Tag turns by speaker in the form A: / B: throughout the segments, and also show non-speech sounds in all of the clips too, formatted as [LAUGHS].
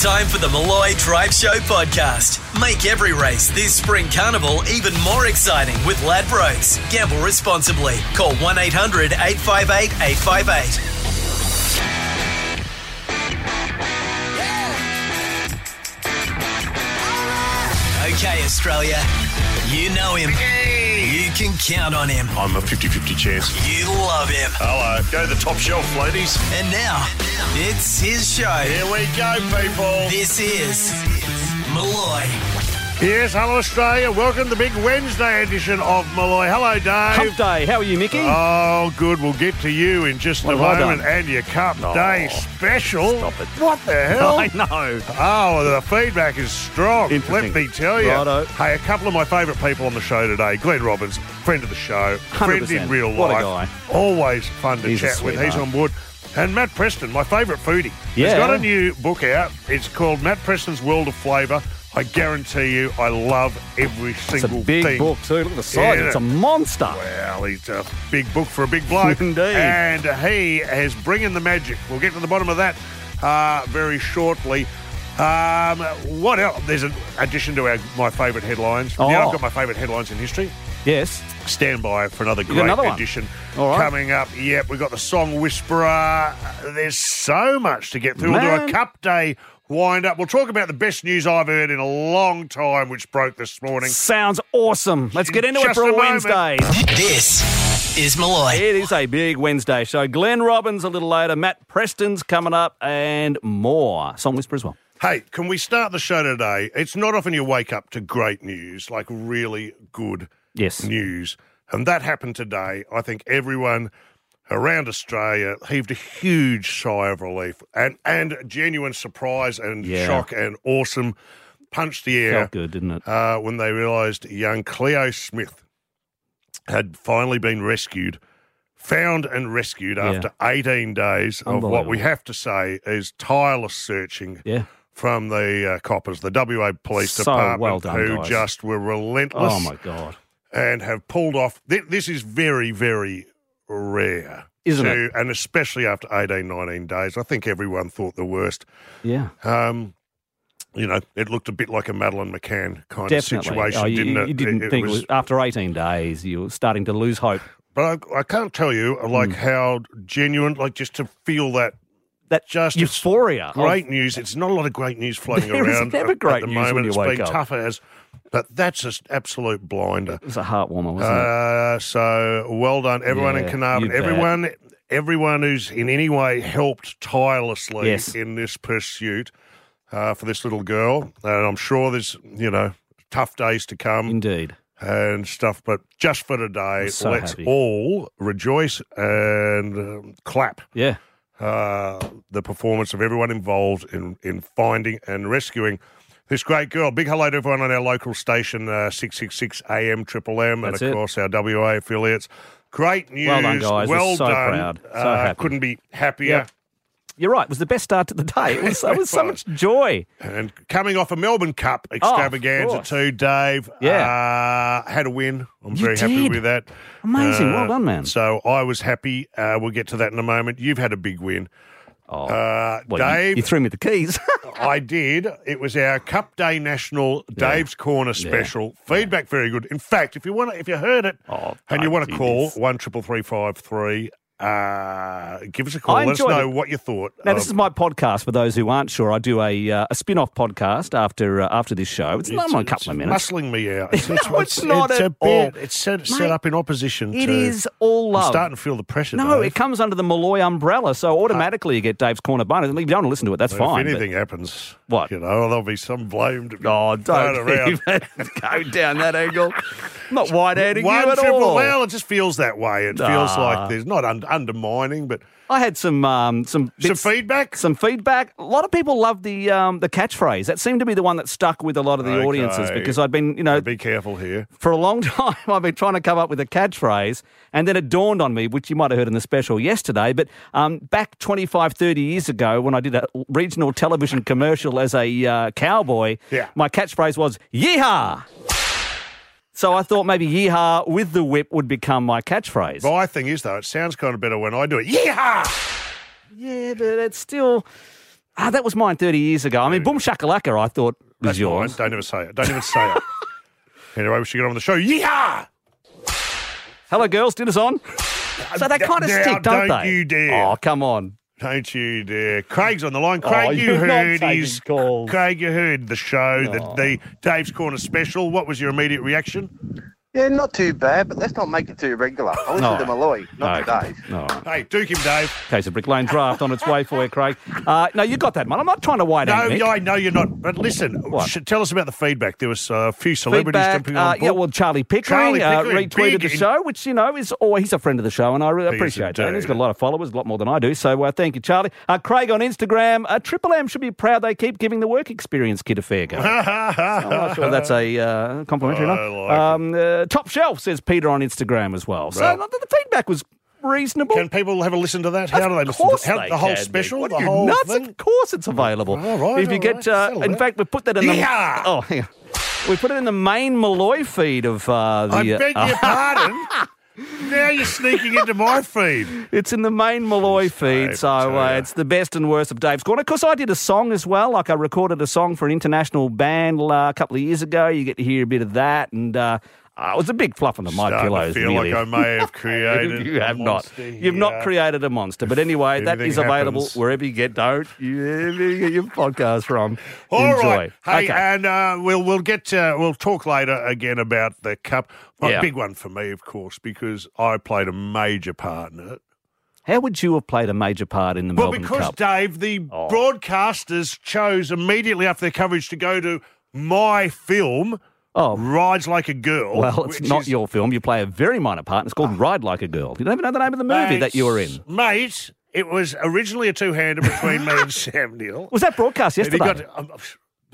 A: Time for the Malloy Drive Show podcast. Make every race this spring carnival even more exciting with Ladbrokes. Gamble responsibly. Call 1 800 858 858. Okay, Australia, you know him. You can count on him.
B: I'm a 50 50 chance.
A: You love him.
B: Hello. Go to the top shelf, ladies.
A: And now, it's his show.
B: Here we go, people.
A: This is Malloy.
B: Yes, hello, Australia. Welcome to the big Wednesday edition of Malloy. Hello,
C: Hump
B: Dave.
C: Day. How are you, Mickey?
B: Oh, good. We'll get to you in just a
C: What have I
B: moment.
C: done?
B: And your Cup Day special.
C: stop it.
B: What the
C: [LAUGHS]
B: hell?
C: I know.
B: Oh, the feedback is strong. Let
C: Interesting.
B: me tell you.
C: Righto.
B: Hey, a couple of my favourite people on the show today. Glenn Robbins, friend of the show, friend in
C: 100%.
B: real life.
C: What a
B: Always fun to
C: He's a
B: chat with. He's
C: sweetheart.
B: on board. And Matt Preston, my favourite foodie. He's
C: Yeah.
B: got a new book out. It's called Matt Preston's World of Flavour. I guarantee you, I love every
C: It's a
B: single
C: big
B: thing.
C: book too. Look at the size.
B: Yeah.
C: It's a monster.
B: Well, he's a big book for a big
C: [LAUGHS]
B: bloke.
C: Indeed.
B: And he is bringing the magic. We'll get to the bottom of that uh, very shortly. Um, what else? There's an addition to our my favourite headlines.
C: Oh.
B: Yeah, I've got my favourite headlines in history.
C: Yes.
B: Stand by for another
C: got
B: great
C: another one?
B: edition
C: All right.
B: coming up. Yep, we've got the Song Whisperer. There's so much to get through. We'll
C: Man.
B: do a Cup Day wind up. We'll talk about the best news I've heard in a long time, which broke this morning.
C: Sounds awesome. Let's get into
B: Just
C: it for
B: a
C: a
B: moment.
C: Wednesday.
A: This is Malloy.
C: It is a big Wednesday. So Glenn Robbins a little later, Matt Preston's coming up, and more. Song Whisper as well.
B: Hey, can we start the show today? It's not often you wake up to great news, like really good
C: Yes.
B: news. And that happened today. I think everyone around Australia heaved a huge sigh of relief and, and genuine surprise and
C: Yeah.
B: shock and awesome punch the air
C: Felt good, didn't it?
B: uh, when they realised young Cleo Smith had finally been rescued, found and rescued after 18 days of what we
C: Unbelievable.
B: have to say is tireless searching
C: yeah.
B: from the uh, coppers, the WA Police
C: So
B: Department,
C: well done,
B: who
C: guys.
B: just were relentless
C: Oh my God.
B: and have pulled off. Th- this is very, very rare.
C: Isn't
B: to- And especially after 18, 19 days, I think everyone thought the worst.
C: Yeah.
B: Um, you know, it looked a bit like a Madeline McCann kind of
C: Definitely.
B: situation,
C: Oh, you,
B: didn't it?
C: you didn't
B: It- it
C: think
B: was-
C: it was, after 18 days you were starting to lose hope.
B: But I, I can't tell you
C: Hmm.
B: like how genuine, like just to feel that
C: That
B: Just
C: euphoria. of-
B: great news. It's not a lot of great
C: [LAUGHS]
B: news floating
C: There is
B: around.
C: never
B: at- at
C: great
B: the
C: news when
B: moment.
C: you
B: It's
C: wake
B: been
C: up.
B: tough as, but that's just absolute blinder.
C: It was a heartwarmer, wasn't it?
B: Uh, so well done, everyone in
C: Hmm. Yeah,
B: Carnarvon,
C: you bet.
B: everyone, everyone who's in any way helped tirelessly
C: Yes.
B: in this pursuit uh, for this little girl. And I'm sure there's you know tough days to come
C: Indeed.
B: and stuff. But just for today,
C: so
B: let's
C: happy.
B: all rejoice and um, clap
C: Yeah.
B: uh, the performance of everyone involved in, in finding and rescuing this great girl. Big hello to everyone on our local station, uh, 666 AM Triple M, and
C: That's
B: of
C: it.
B: course our WA affiliates. Great news.
C: Well done, guys. We're
B: Well
C: so
B: done.
C: proud. So
B: Uh,
C: happy.
B: Couldn't be happier.
C: Yep. You're right. It was the best start to the day. It was, it was
B: [LAUGHS]
C: so much joy.
B: And coming off a Melbourne Cup extravaganza
C: Oh, course.
B: too, Dave. Yeah. Uh, had a win. I'm
C: You
B: very happy
C: did.
B: with that. Uh,
C: Amazing. Well done, man.
B: So I was happy. Uh, we'll get to that in a moment. You've had a big win.
C: Oh,
B: Uh,
C: well, you-
B: Dave,
C: you, threw me the keys. [LAUGHS]
B: I did. It was our Cup Day National Dave's Corner special. Feedback very good. In fact, if you want, to, if you heard it
C: Oh,
B: and you
C: don't
B: want to
C: do
B: call
C: this.
B: one triple three five three, uh, give us a call.
C: I
B: Let us
C: enjoyed
B: know
C: it.
B: what you thought.
C: now,
B: of-
C: this is my podcast. For those who aren't sure, I do a uh, a spin off podcast after uh, after this show. It's,
B: it's-
C: only a
B: it's
C: couple of minutes.
B: Muscling me
C: [LAUGHS]
B: out. It's,
C: No, it's not
B: it's a
C: at all.
B: bit. It's set, set
C: Mate,
B: up in opposition.
C: It
B: to,
C: is all
B: I'm
C: love.
B: starting to feel the pressure.
C: no,
B: Dave. Uh,
C: it comes under the Malloy umbrella, so automatically you get Dave's corner bonus. If you don't want to listen to it, that's
B: If
C: fine. but-
B: anything happens,
C: What?
B: you know, there'll be some blame to be
C: oh,
B: thrown
C: don't
B: around.
C: even [LAUGHS] go down that angle. I'm not wide handing you
B: One
C: at
B: triple.
C: all.
B: Well, it just feels that way. It feels
C: Nah.
B: like there's not un- undermining, but
C: I had some um, some
B: some
C: bits- Uh,
B: feedback.
C: some feedback. A lot of people love the um, the catchphrase. That seemed to be the one that stuck with a lot of the
B: Okay.
C: audiences because I'd been, you know,
B: Be careful here.
C: for a long [LAUGHS] time I've been trying to come up with a catchphrase, and then it dawned on me, which you might have heard in the special yesterday, but um, back 25, 30 years ago when I did a regional television commercial as a uh, cowboy,
B: Yeah.
C: my catchphrase was "Yeehaw." So I thought maybe "Yeehaw" with the whip would become my catchphrase.
B: My thing is though, it sounds kind of better when I do it. Yeah,
C: Yeah, but it's still Ah, that was mine 30 years ago. I mean, Boom Shakalaka, I thought, was
B: That's
C: yours.
B: mine. Don't ever say it. Don't even say
C: [LAUGHS]
B: it. Anyway, we should get on with the show. Yeah.
C: Hello, girls, dinner's on. So they kind of
B: Now,
C: stick, don't,
B: don't
C: they?
B: you dare.
C: Oh, come on.
B: Don't you dare. Craig's on the line. Craig,
C: Oh,
B: you
C: you're not
B: heard
C: taking
B: his
C: calls. Oh.
B: Craig, you heard the show, the, the Dave's Corner special. What was your immediate reaction?
D: Yeah, not too bad, but let's not make it too regular. I listened
C: No.
D: to Malloy, not
C: no.
D: to Dave.
C: No.
B: Hey, Duke him, Dave.
C: Case of Brick Lane draft on its way for you, Craig. Uh, no, you got that, man. I'm not trying to wait
B: No,
C: out, Nick.
B: yeah, I know you're not. But listen,
C: What?
B: sh- tell us about the feedback. There was uh, a few celebrities
C: feedback.
B: jumping
C: uh,
B: on board.
C: yeah, well, Charlie Pickering,
B: Charlie
C: uh,
B: Pickering,
C: retweeted
B: big
C: the
B: in-
C: show, which you know is or he's a friend of the show, and I really
B: is
C: appreciate that.
B: indeed.
C: He's got a lot of followers, a lot more than I do. So uh, thank you, Charlie. Uh, Craig on Instagram. Uh, Triple M should be proud they keep giving the work experience kid a fair go.
B: [LAUGHS]
C: I'm not sure that's a uh, complimentary.
B: I
C: no.
B: like it.
C: um, uh, top shelf says Peter on Instagram as well. So
B: Well-
C: the the feedback was reasonable.
B: [LAUGHS] Can people have a listen to that? How do they
C: Of
B: listen?
C: course
B: to how,
C: they
B: the whole
C: can, Nick.
B: special,
C: What
B: the
C: are you
B: whole
C: nuts?
B: thing.
C: Of course, it's available.
B: All right,
C: if you
B: all
C: get,
B: right,
C: uh,
B: settle
C: in
B: that.
C: fact, we put that in
B: Yeah!
C: the. Oh, hang on. We put it in the main Malloy feed of uh, the.
B: I
C: uh, [LAUGHS]
B: beg your pardon. Now you're sneaking into
C: [LAUGHS]
B: my feed.
C: It's in the main Malloy feed,
B: Dave,
C: so
B: I tell
C: uh,
B: ya.
C: it's the best and worst of Dave's Corner. Of course, I did a song as well. Like I recorded a song for an international band uh, a couple of years ago. You get to hear a bit of that, and uh, uh, it was a big fluff under my
B: Starting to
C: pillows.
B: feel
C: really.
B: like I may
C: [LAUGHS]
B: have created.
C: you have
B: a
C: not.
B: monster
C: You've
B: here.
C: not created a monster. But anyway, that
B: anything
C: is available
B: happens-
C: wherever you get. Don't you ever get your podcast from?
B: [LAUGHS] All
C: Enjoy.
B: right. Hey,
C: okay.
B: and uh, we'll we'll get uh, we'll talk later again about the cup. A
C: Yeah.
B: big one for me, of course, because I played a major part in it.
C: How would you have played a major part in the
B: Well,
C: Melbourne
B: because
C: Cup?
B: Dave, the
C: Oh.
B: broadcasters chose immediately after their coverage to go to my film,
C: oh.
B: Rides Like a Girl.
C: Well, it's
B: which
C: not
B: is- Ah.
C: your film. You play a very minor part. And it's called Ride Like a Girl. You don't even know the name of the movie that you were in.
B: mate. It was originally a two-hander between me
C: [LAUGHS]
B: and Sam Neill.
C: Was that broadcast
B: And he
C: yesterday?
B: got to- um,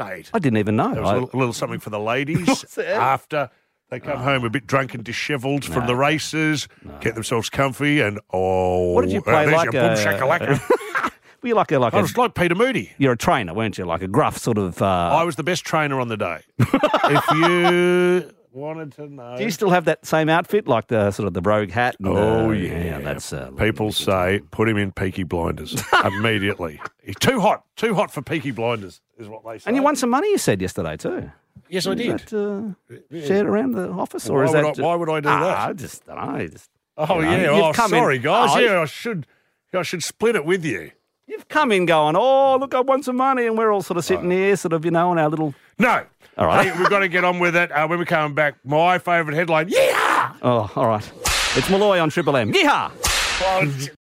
B: mate.
C: I didn't even know.
B: There
C: I-
B: was a little, a little something for
C: [LAUGHS]
B: the ladies
C: Was there?
B: after they
C: Ah.
B: come home a bit drunk and dishevelled from the races, get themselves comfy, and oh,
C: What did you
B: uh,
C: play
B: there's
C: like
B: your
C: a-
B: boom
C: [LAUGHS]
B: shakalaka.
C: were you like a like
B: I
C: a,
B: was like Peter Moody.
C: you're a trainer, weren't you? Like a gruff sort of. Uh,
B: I was the best trainer on
C: [LAUGHS]
B: the day. if you wanted to know,
C: do you still have that same outfit, like the sort of the rogue hat? and,
B: Oh,
C: uh,
B: yeah.
C: that's uh,
B: people say put him in
C: [LAUGHS]
B: Peaky Blinders immediately. He's too hot, too hot for Peaky Blinders is what they say.
C: And you won some money, you said yesterday too.
B: Yes, I did.
C: That, uh, Shared around the office, or
B: Why
C: is
B: would
C: that?
B: I-
C: ju-
B: why would I do
C: Ah,
B: that?
C: I just, I don't know, just.
B: Oh
C: you know,
B: yeah.
C: you've
B: Oh,
C: come in-
B: sorry, guys.
C: Oh,
B: yeah, I should. I should split it with you.
C: You've come in going, oh look, I won some money, and we're all sort of sitting here, sort of, you know, on our little.
B: No.
C: All right.
B: Hey, we've got to get on with it. Uh, when we come back, my favourite headline. Yeah.
C: Oh, all right. It's Malloy on Triple M. Yeehaw!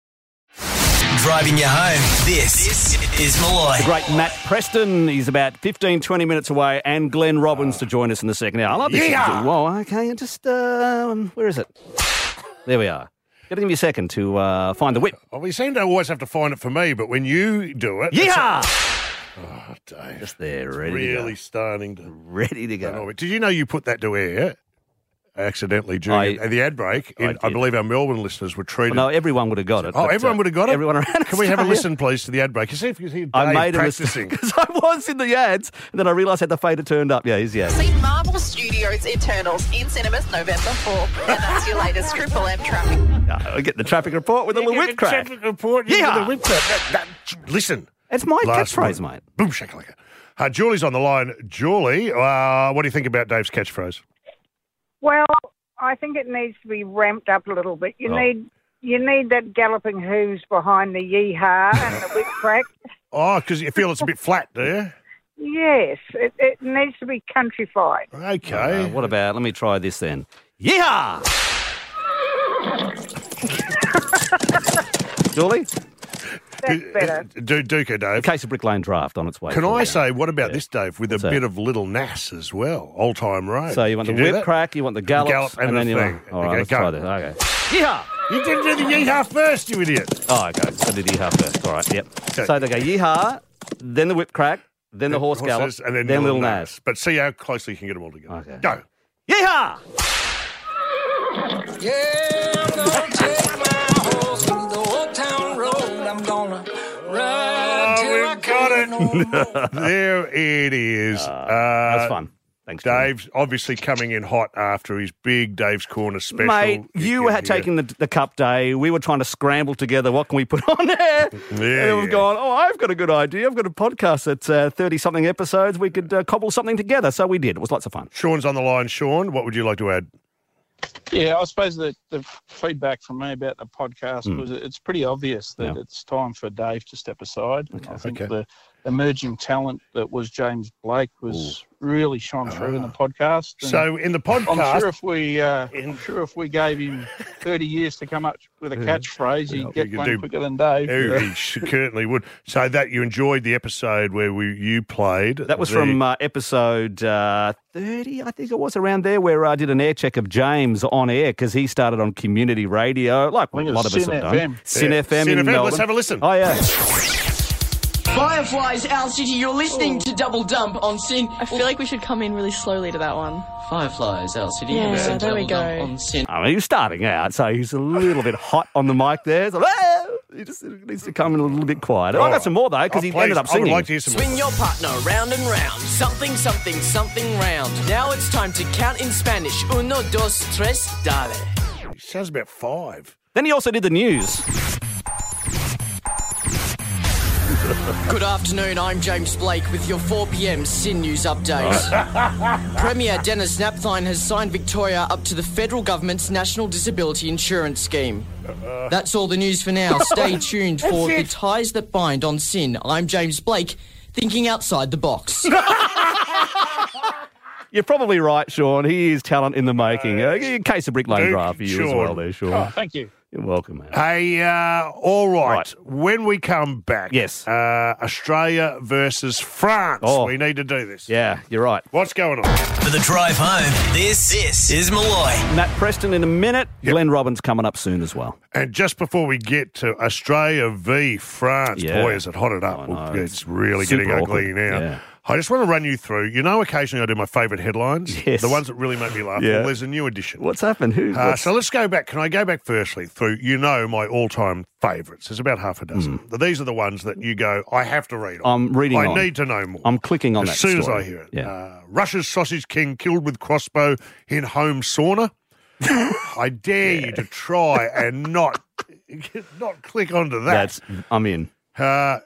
A: Driving you home, this, is Malloy.
C: The great Matt Preston. He's about 15, 20 minutes away, and Glenn Robbins to join us in the second hour. I love this.
B: Yeah!
C: Whoa, okay, and just, um, where is it? There we are. Gotta give me a second to uh, find the whip.
B: Well, we seem to always have to find it for me, but when you do it, it's-
C: Yeehaw!
B: oh, Dave,
C: They're ready
B: really
C: to
B: starting to.
C: go. Ready to go.
B: Did you know you put that to air accidentally during
C: I-
B: the ad break?
C: I
B: In, I,
C: did.
B: believe our Melbourne listeners were treated.
C: No, everyone would have got it.
B: oh,
C: but,
B: everyone
C: uh,
B: would have got it.
C: Everyone around.
B: Can we have a
C: Australia.
B: listen, please, to the ad break? You see if you can hear Dave
C: I made a
B: practicing.
C: [LAUGHS] mistake because I was in the ads, and then I realised I had the fader turned up. Yeah, he's the ad.
E: See Marvel Studios Eternals in cinemas November 4th. And that's your latest Triple M traffic.
C: I get the traffic report with a little whip crack.
B: Traffic report. you
C: Yeah.
B: get a whip crack. That- that- listen.
C: It's my
B: Last
C: catchphrase,
B: one.
C: mate.
B: Boom shakalaka. Uh, Julie's on the line. Julie, uh, what do you think about Dave's catchphrase?
F: Well, I think it needs to be ramped up a little bit. You
C: Oh.
F: need you need that galloping hooves behind the yeehaw and the whip crack.
B: Oh, because you feel it's a bit flat, do you?
F: Yes, it, it needs to be countrified.
B: Okay.
C: Uh, what about? Let me try this then. Yeehaw! [LAUGHS] Julie,
F: That's better.
B: Uh, Do Duca,
C: a
B: Dave.
C: case of Brick Lane draft on its way.
B: Can
C: for
B: I
C: you.
B: say, what about this, Dave, with a
C: So-
B: bit of Little Nas as well? Old time road.
C: So you want
B: Can
C: the
B: do
C: whip
B: that?
C: crack, you want the gallop,
B: gallop and the
C: then you
B: thing.
C: want. All right,
B: Okay,
C: let's
B: go.
C: try this. Okay. Yeehaw!
B: You didn't do the yeehaw first, you idiot.
C: Oh, okay. So did yeehaw first. All right. Yep.
B: Okay.
C: So they go yeehaw, then the whip crack, then the horse gallop,
B: Horses and then,
C: Little Nas.
B: But see how closely you can get them all together.
C: Okay.
B: Go.
C: Yeehaw!
G: Yeah, I'm gonna take my horse through the old town road. I'm gonna ride
B: Oh,
G: till I
B: we've
G: can't
H: [LAUGHS]
B: got it. [LAUGHS]
G: no more.
B: there it is. Uh,
C: Ah, That's fun. Thanks, Tony.
B: Dave's obviously coming in hot after his big Dave's Corner special.
C: Mate, you
B: can
C: had
B: hear-
C: taken the, the cup day. We were trying to scramble together. What can we put on there? and
B: [LAUGHS] yeah.
C: we've gone, oh, I've got a good idea. I've got a podcast that's 30 something episodes. We could uh, cobble something together. So we did. It was lots of fun.
B: Sean's on the line. Sean, what would you like to add?
I: Yeah, I suppose the, the feedback from me about the podcast
B: Hmm.
I: was it's pretty obvious that
C: Yeah.
I: it's time for Dave to step aside. I think
B: Okay.
I: the emerging talent that was James Blake was really shone through in the
B: Ah.
I: podcast. and
B: So in the podcast,
I: I'm sure if we, uh, I'm sure if we gave him 30 years to come up with a
B: Yeah,
I: catchphrase,
B: we
I: he'd get
B: could
I: one
B: do-
I: quicker than Dave.
B: Oh, he certainly would. So that you enjoyed the episode where we you played.
C: That was
B: the-
C: from uh, episode uh, 30, I think it was around there, where I did an air check of James on air because he started on community radio, like a
I: think it
C: lot of
I: was
C: us
I: Sin
C: have done.
I: FM.
C: Sin
B: Yeah.
C: FM
B: Sin
C: in
B: FM, let's
C: Melbourne.
B: have a listen.
C: Oh, yeah.
J: Fireflies, Owl City, you're listening to Double Dump on Sin.
K: I feel like we should come in really slowly to that one.
J: Fireflies, Owl City,
K: Yeah,
J: you're listening to
K: there we
J: Double Dump
K: go.
J: on Sin.
C: I mean, he was Oh, starting out, so he's a little bit hot on the mic there. So, "Ah!" he just needs to come in a little bit quieter. I got some more, though,
B: Oh,
C: because he
B: please,
C: ended up
B: I would
C: singing.
B: like to hear some more.
J: Swing your partner round and round. Something, something, something round. Now it's time to count in Spanish. Uno, dos, tres, dale.
B: He sounds about five.
C: Then he also did the news.
J: Good afternoon, I'm James Blake with your 4pm Sin News update. Premier Dennis Napthine has signed Victoria up to the federal government's National Disability Insurance Scheme. That's all the news for now. Stay tuned for The Ties That Bind on Sin. I'm James Blake, thinking outside the
I: [LAUGHS]
J: box.
I: Oh,
C: You're probably right, Sean. He is talent in the making. Uh, a case of Brick Lane
B: Duke,
C: draft for you as
B: Sean.
C: well, there, Sean.
I: Oh, Thank you.
C: You're welcome, man.
B: Hey, uh, all right.
C: Right.
B: When we come back,
C: Yes.
B: uh, Australia versus France.
C: Oh.
B: We need to do this.
C: Yeah, you're right.
B: What's going on?
A: For the drive home, this, this is Malloy.
C: Matt Preston in a minute. Glenn Robbins coming up soon as well.
B: And just before we get to Australia v France,
C: Yeah.
B: boy, is it hotted up.
C: I know.
B: It's, really
C: Super
B: getting ugly
C: awkward.
B: now.
C: Yeah.
B: I just want to run you through. You know, occasionally I do my favourite headlines,
C: Yes.
B: the ones that really make me laugh.
C: Yeah.
B: Well, there's a new edition.
C: What's happened? Who?
B: Uh,
C: what's-
B: so let's go back. Can I go back firstly through, you know, my all time favourites? There's about half a dozen. These are the ones that you go, I have to read on.
C: Hmm. I'm reading
B: I
C: on.
B: need to know more.
C: I'm clicking on
B: as
C: that
B: soon
C: story.
B: as I hear it.
C: Yeah.
B: Uh, Russia's sausage king killed with crossbow in home sauna.
C: [LAUGHS]
B: I dare you to try and not [LAUGHS] not click onto that.
C: That's I'm in.
B: Uh,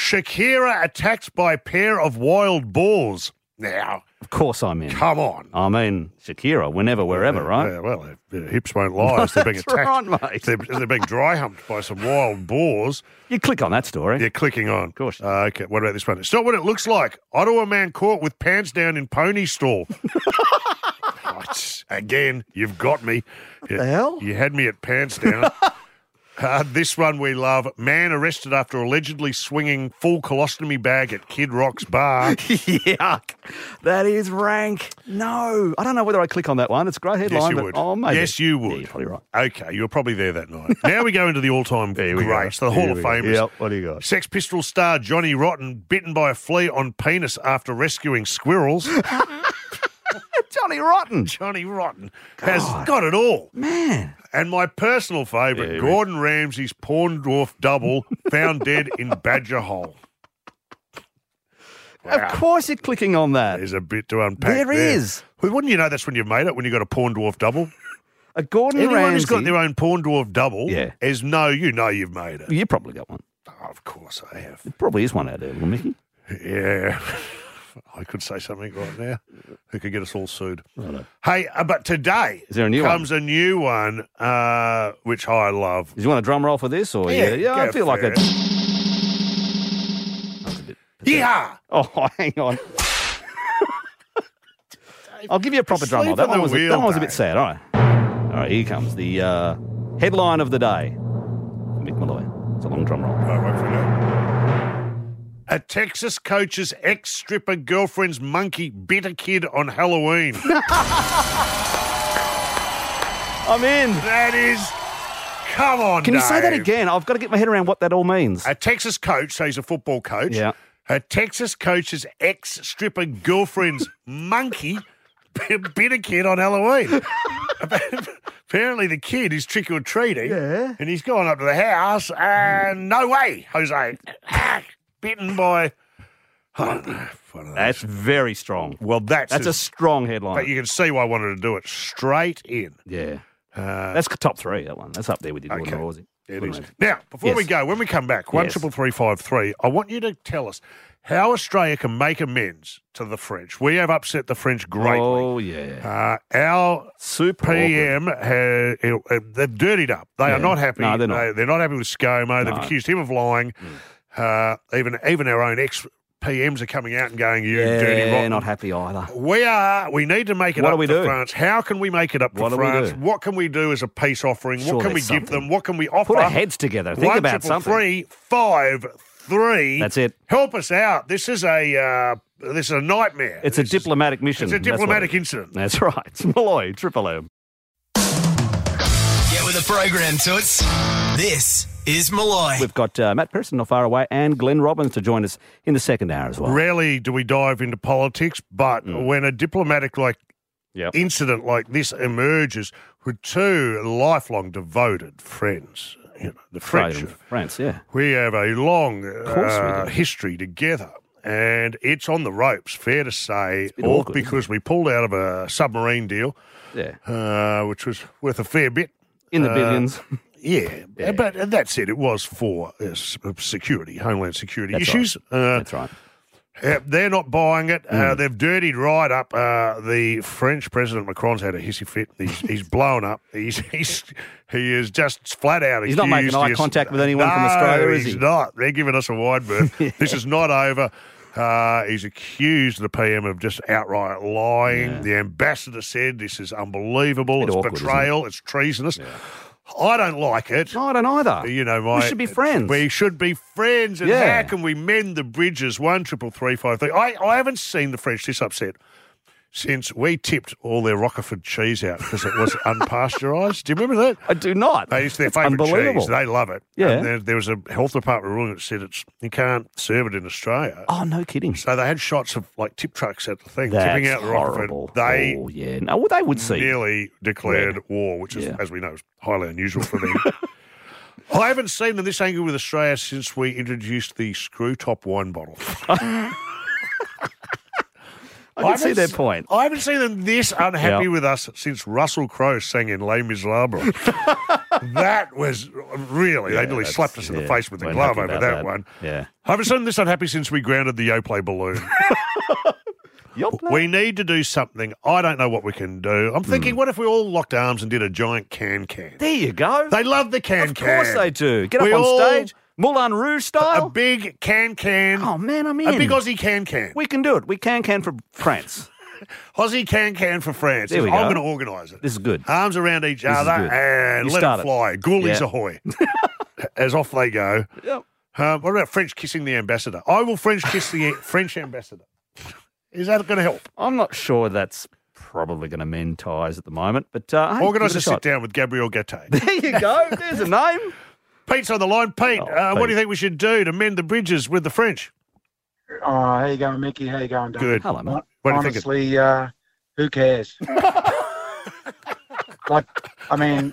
B: Shakira attacked by pair of wild boars. Now,
C: Of course I'm in.
B: come on.
C: I mean Shakira, whenever, wherever, right?
B: Yeah, well, their- their hips won't lie as they're
C: [LAUGHS]
B: being
C: That's
B: attacked.
C: right, mate.
B: If They're, if they're being dry humped by some wild boars.
C: You click on that story.
B: They're clicking on. Of
C: course.
B: Uh, okay, what about this one? It's not what it looks like. Ottawa man caught with pants down in pony
C: [LAUGHS]
B: stall. What? Again, you've got me. What
C: the hell?
B: You had me at
C: [LAUGHS]
B: pants down. Uh, this one we love. Man arrested after allegedly swinging full colostomy bag at Kid
C: [LAUGHS]
B: Rock's bar.
C: Yuck. That is rank. No. I don't know whether I click on that one. It's a great headline.
B: yes, you
C: but,
B: would.
C: Oh, maybe.
B: Yes, you would.
C: Yeah, you're probably right.
B: Okay, you were probably there that night. now we go into
C: [LAUGHS]
B: the all-time
C: we go.
B: greats, the Hall
C: Here
B: of
C: we go.
B: Famers.
C: Yep, what do you got?
B: Sex Pistol star Johnny Rotten bitten by a flea on penis after rescuing squirrels.
C: [LAUGHS] Johnny Rotten.
B: [LAUGHS] Johnny Rotten has got it all.
C: Man.
B: And my personal favourite, Gordon Ramsay's pawn dwarf double found dead in Badger Hole.
C: Of course you're clicking on that.
B: There's a bit to unpack.
C: There
B: There
C: is.
B: Well, wouldn't you know that's when you've made it, when you've got a pawn dwarf double?
C: A Gordon
B: Anyone
C: Ramsay.
B: who's got their own pawn dwarf double
C: Yeah.
B: is no, you know you've made it.
C: You probably got one.
B: Oh, of course I have.
C: Probably is one out there, little Mickey.
B: Yeah. [LAUGHS] I could say something right now that could get us all sued. Hey, uh, but today
C: Is there a new one?
B: comes a new one, uh, which I love.
C: Do you want a drum roll for this? Or
B: Yeah,
C: yeah, yeah I
B: go
C: feel like
B: for
C: a.
B: it. Yeah.
C: [LAUGHS] Oh, hang
B: [LAUGHS]
C: on. I'll give you a proper drum roll.
B: Sleep
C: That one
B: on the
C: was a, that
B: wheel,
C: one was a bit
B: Dave.
C: sad. All right, all right. Here comes the uh, headline of the day. Mick Malloy. It's a long drum roll.
B: No, wait for it now. A Texas coach's ex stripper girlfriend's monkey bit a kid on
C: [LAUGHS]
B: Halloween.
C: I'm in.
B: that is. Come on,
C: Can you say that
B: Dave.
C: again? I've got to get my head around what that all means.
B: A Texas coach, so he's a football coach.
C: Yeah.
B: A Texas coach's ex
C: [LAUGHS]
B: stripper girlfriend's monkey b- bit a kid
C: [LAUGHS]
B: on Halloween. Apparently, the kid is trick or treating.
C: Yeah.
B: And he's gone
C: [LAUGHS]
B: up to the house, and no way, Jose. Bitten by
C: That's very strong.
B: Well, that's
C: that's a,
B: as-
C: strong headline.
B: But you can see why I wanted to do it straight in.
C: Yeah. that's top three. That one. That's up there with your Gordon Ramsay.
B: Uh, It
C: Gordon
B: is.
C: Ramsay.
B: Now, before we
C: Yes.
B: go, when we come back, one
C: Yes.
B: triple three five three, I want you to tell us how Australia can make amends to the French. We have upset the French greatly.
C: Oh yeah.
B: Uh, our
C: Super
B: PM has they've dirtied up. They
C: Yeah.
B: are not happy.
C: No, they're not.
B: They, are not happy with ScoMo. They've
C: No. Mm.
B: accused him of lying. Uh, even even our own ex PMs are coming out and going, "You dirty
C: Yeah,
B: rotten."
C: not happy either.
B: We are. We need to make it
C: What
B: up
C: do we
B: to
C: do?
B: France. How can we make it up to
C: What do we
B: France?
C: do?
B: What can we do as a peace offering?
C: Surely
B: what can we
C: something.
B: give them? What can we offer?
C: Put our heads together. Think
B: One
C: about
B: triple
C: something.
B: three, five, three.
C: That's it.
B: Help us out. This is a uh, this is a nightmare.
C: It's a diplomatic mission.
B: It's a
C: That's what
B: diplomatic
C: it is.
B: incident.
C: That's right. [LAUGHS] It's Malloy, Triple M.
A: Get with the program, Toots. This is Malloy.
C: We've got uh, Matt Pearson not far away and Glenn Robbins to join us in the second hour as well.
B: Rarely do we dive into politics, but when a diplomatic like
C: Mm. Yep.
B: incident like this emerges with two lifelong devoted friends, you know, the
C: Australia
B: French
C: and France, yeah.
B: We have a long
C: course we
B: uh,
C: do.
B: history together, and it's on the ropes, fair to say,
C: been
B: all
C: awkward,
B: because we pulled out of a submarine deal,
C: Yeah.
B: uh, which was worth a fair bit.
C: In the
B: Uh, [LAUGHS]
C: billions. [LAUGHS]
B: Yeah, but that's it. It was for uh, s- security, homeland security
C: That's
B: issues. Uh,
C: That's right.
B: uh, they're not buying it.
C: Hmm.
B: Uh, they've dirtied right up. Uh, the French President Macron's had a hissy fit.
C: [LAUGHS]
B: He's, he's blown up. He's, he's he is just flat out.
C: He's not making
B: accused.
C: eye
B: He's-
C: contact with anyone from
B: No,
C: Australia, is
B: he's
C: he?
B: Not. They're giving us a wide berth.
C: [LAUGHS]
B: This is not over. Uh, he's accused the PM of just outright lying. The ambassador said this is unbelievable.
C: Bit
B: It's
C: awkward, isn't it?
B: betrayal. It's treasonous. I don't like it.
C: No, I don't either.
B: You know, my
C: We should be friends.
B: We should be friends. And
C: Yeah.
B: how can we mend the bridges? One triple three five three. I I haven't seen the French this upset since we tipped all their Rockeford cheese out because it
C: [LAUGHS]
B: was unpasteurised. Do you remember that?
C: I do not.
B: They, it's their
C: It's
B: favourite
C: unbelievable.
B: cheese. They love it.
C: Yeah.
B: And there, there was a health department ruling that said it's you can't serve it in Australia.
C: Oh, no kidding.
B: So they had shots of like tip trucks at the thing,
C: That's
B: tipping out the
C: horrible.
B: Rockeford. They
C: oh, yeah. No, well, they would see.
B: nearly declared war, which is,
C: Yeah.
B: as we know, is highly unusual
C: [LAUGHS]
B: for them. I haven't seen them this angry with Australia since we introduced the screw top
C: [LAUGHS]
B: wine bottle.
C: I can
B: haven't [LAUGHS]
C: see their
B: s-
C: point.
B: I haven't seen them this unhappy
C: Yeah.
B: with us since Russell Crowe sang in
C: [LAUGHS]
B: Les Miserables. that was really, they nearly
C: that's-
B: slapped us in the
C: yeah,
B: face with the
C: weren't
B: glove
C: happy
B: over that,
C: about that.
B: one.
C: Yeah.
B: I haven't seen them this unhappy since we grounded the
C: [LAUGHS]
B: Yoplait balloon.
C: Yop,
B: We need to do something. I don't know what we can do. I'm
C: Hmm.
B: thinking, what if we all locked arms and did a giant can can?
C: There you go.
B: They love the can
C: of
B: can.
C: course they do. Get
B: We
C: up
B: all-
C: on stage, Moulin Rouge
B: A
C: style.
B: big can can.
C: oh, man, I'm Oh. in.
B: a big Aussie can can.
C: we can do it. We can can for France.
B: Aussie can can for France.
C: There we
B: I'm
C: go.
B: going to organise it.
C: This is good.
B: Arms around each
C: is
B: other
C: good.
B: and
C: You
B: let
C: start
B: it
C: it.
B: fly. Ghoulies
C: Yeah.
B: ahoy. [LAUGHS] As off they go.
C: Yep.
B: Um, what about French kissing the ambassador? I will French kiss the [LAUGHS] French ambassador. Is that going to help?
C: I'm not sure that's probably going to mend ties at the moment, but uh, hey,
B: Organise
C: give it
B: a
C: a shot.
B: sit down with Gabriel Gattei.
C: [LAUGHS] There you go. There's a name.
B: [LAUGHS] Pete's on the line. Pete,
C: Oh,
B: uh, what do
C: Pete.
B: you think we should do to mend the bridges with the French?
I: Oh, how you going, Mickey? How you going, Dave?
B: Good.
C: Hello, mate.
B: What do you think? of-
I: Honestly, uh,
B: [LAUGHS]
I: who cares? like, I mean,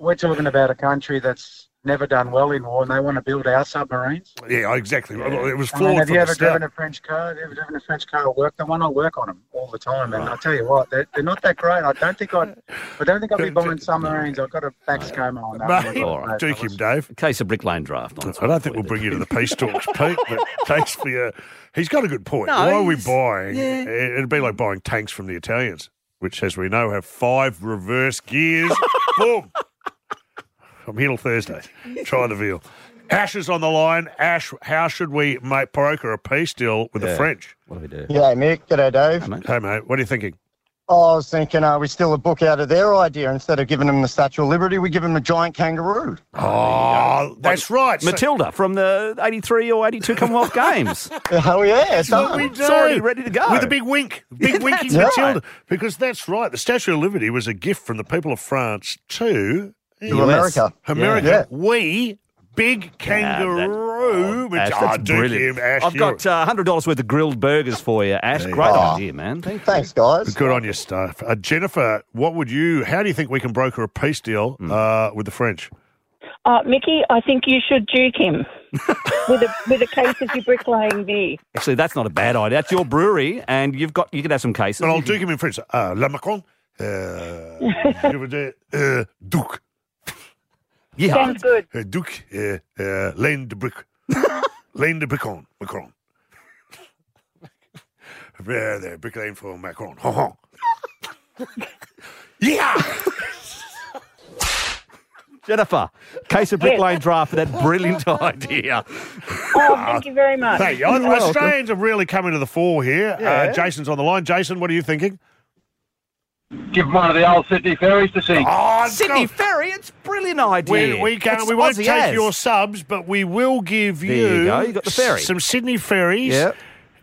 I: we're talking about a country that's never done well in war, and they want to build our submarines.
B: Yeah, exactly. Well, It was
I: I mean,
B: flawed
I: have
B: from
I: you
B: the
I: ever driven
B: start.
I: a French car? Have you ever driven a French car to work? The one I work on them all the time, and I tell you what, they're, they're not that great. I don't think I'd, I don't think I'd be buying submarines. I've got a back ScoMo on that.
B: Mate,
C: All right.
B: duke him, Dave.
C: A case of Brick Lane draft. On
B: I don't think we'll bring you to the
C: [LAUGHS]
B: peace talks, Pete. But thanks for your. He's got a good point.
C: No,
B: Why are we
C: he's-
B: buying?
C: yeah.
B: It'd be like buying tanks from the Italians, which, as we know, have five reverse
C: [LAUGHS]
B: gears. Boom. I'm here till Thursday. Trying to veal. Ash is on the line. Ash, how should we make broker a peace deal with the
C: Yeah.
B: French?
C: What do we do?
L: Yeah, Mick. G'day, Dave.
B: Hey, mate, what are you thinking?
L: [LAUGHS] Oh, I was thinking, are we still a book out of their idea? Instead of giving them the Statue of Liberty, we give them a giant kangaroo. [LAUGHS]
B: Oh, that's right. So-
C: Matilda from the 83 or 82
B: [LAUGHS]
C: Commonwealth Games.
L: Oh, yeah.
B: That's what
L: done.
B: we do.
C: already ready to go.
B: With a big wink. Big
C: Yeah, [LAUGHS]
B: winking
C: that's
B: Matilda. Because that's right. The Statue of Liberty was a gift from the people of France to
L: To America.
B: America. We, big
C: Oh,
B: kangaroo.
C: Ash,
B: which,
C: that's
B: oh, dude,
C: brilliant.
B: Kim, Ash,
C: I've
B: you're-
C: got uh, $100 worth of grilled burgers for you, Ash.
B: There you
C: Great
B: go.
C: idea, man. Thank you.
L: Thanks, guys.
B: Good on your stuff. Uh, Jennifer, what would you, how do you think we can
C: Hmm.
B: broker a peace deal uh, with the French?
M: Uh, Mickey, I think you should duke him. with a with a case of your bricklaying beer.
C: Actually, that's not a bad idea. That's your brewery, and you've got you could have some cases. But
B: I'll do him in French. Uh, La Macron. Uh, you would, uh, uh, Duke.
C: Yeah.
M: Sounds good.
B: Uh, Duke. Uh, uh, Lane de Brick.
C: [LAUGHS]
B: Lane de Bricon. Macron. There, there. Brick Lane for Macron. Ho,
C: [LAUGHS]
B: ho. yeah.
C: Jennifer, case of Brick
M: Yes.
C: Lane draft for that brilliant idea.
M: Oh, thank you very much.
B: Hey,
C: You're welcome.
B: Australians are really coming to the fore here.
M: Yeah.
B: Uh, Jason's on the line. Jason, what are you thinking?
N: Give one of the old Sydney ferries to see.
B: Oh,
C: Ah, Sydney Ferry, it's a brilliant idea.
B: We, we, can't,
C: It's
B: we won't
C: Aussie
B: take
C: as.
B: your subs, but we will give
C: There you go,
B: you
C: you got the ferry.
B: some Sydney ferries
C: Yep.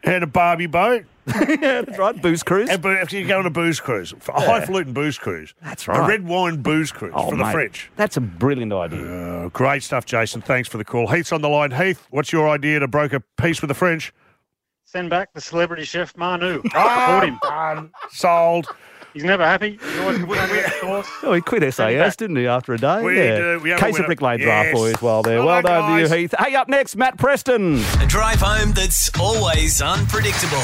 B: and a Barbie boat.
C: yeah, that's right. Booze cruise.
B: And, Eh, but after you go on a booze cruise, a
C: Yeah.
B: highfalutin booze cruise.
C: That's
B: A
C: right.
B: red wine booze cruise
C: Oh,
B: for the
C: mate,
B: French.
C: That's a brilliant idea.
B: Uh, great stuff, Jason. Thanks for the call. Heath's on the line. Heath, what's your idea to broker peace with the French?
O: Send back the celebrity chef
B: [LAUGHS]
O: Manu.
B: Ah,
O: Support him.
B: done. sold.
O: He's never happy. He's always winning the course.
C: Oh, he quit SAS, didn't he, after a day?
O: We
C: yeah.
O: do. We have a
C: Case of
O: winner.
C: Brick Lane draft
O: Yes.
C: for you as well there.
A: Well
C: well
A: done,
C: done to you,
A: guys.
C: Heath. Hey, up next, Matt Preston.
A: A drive home that's always unpredictable.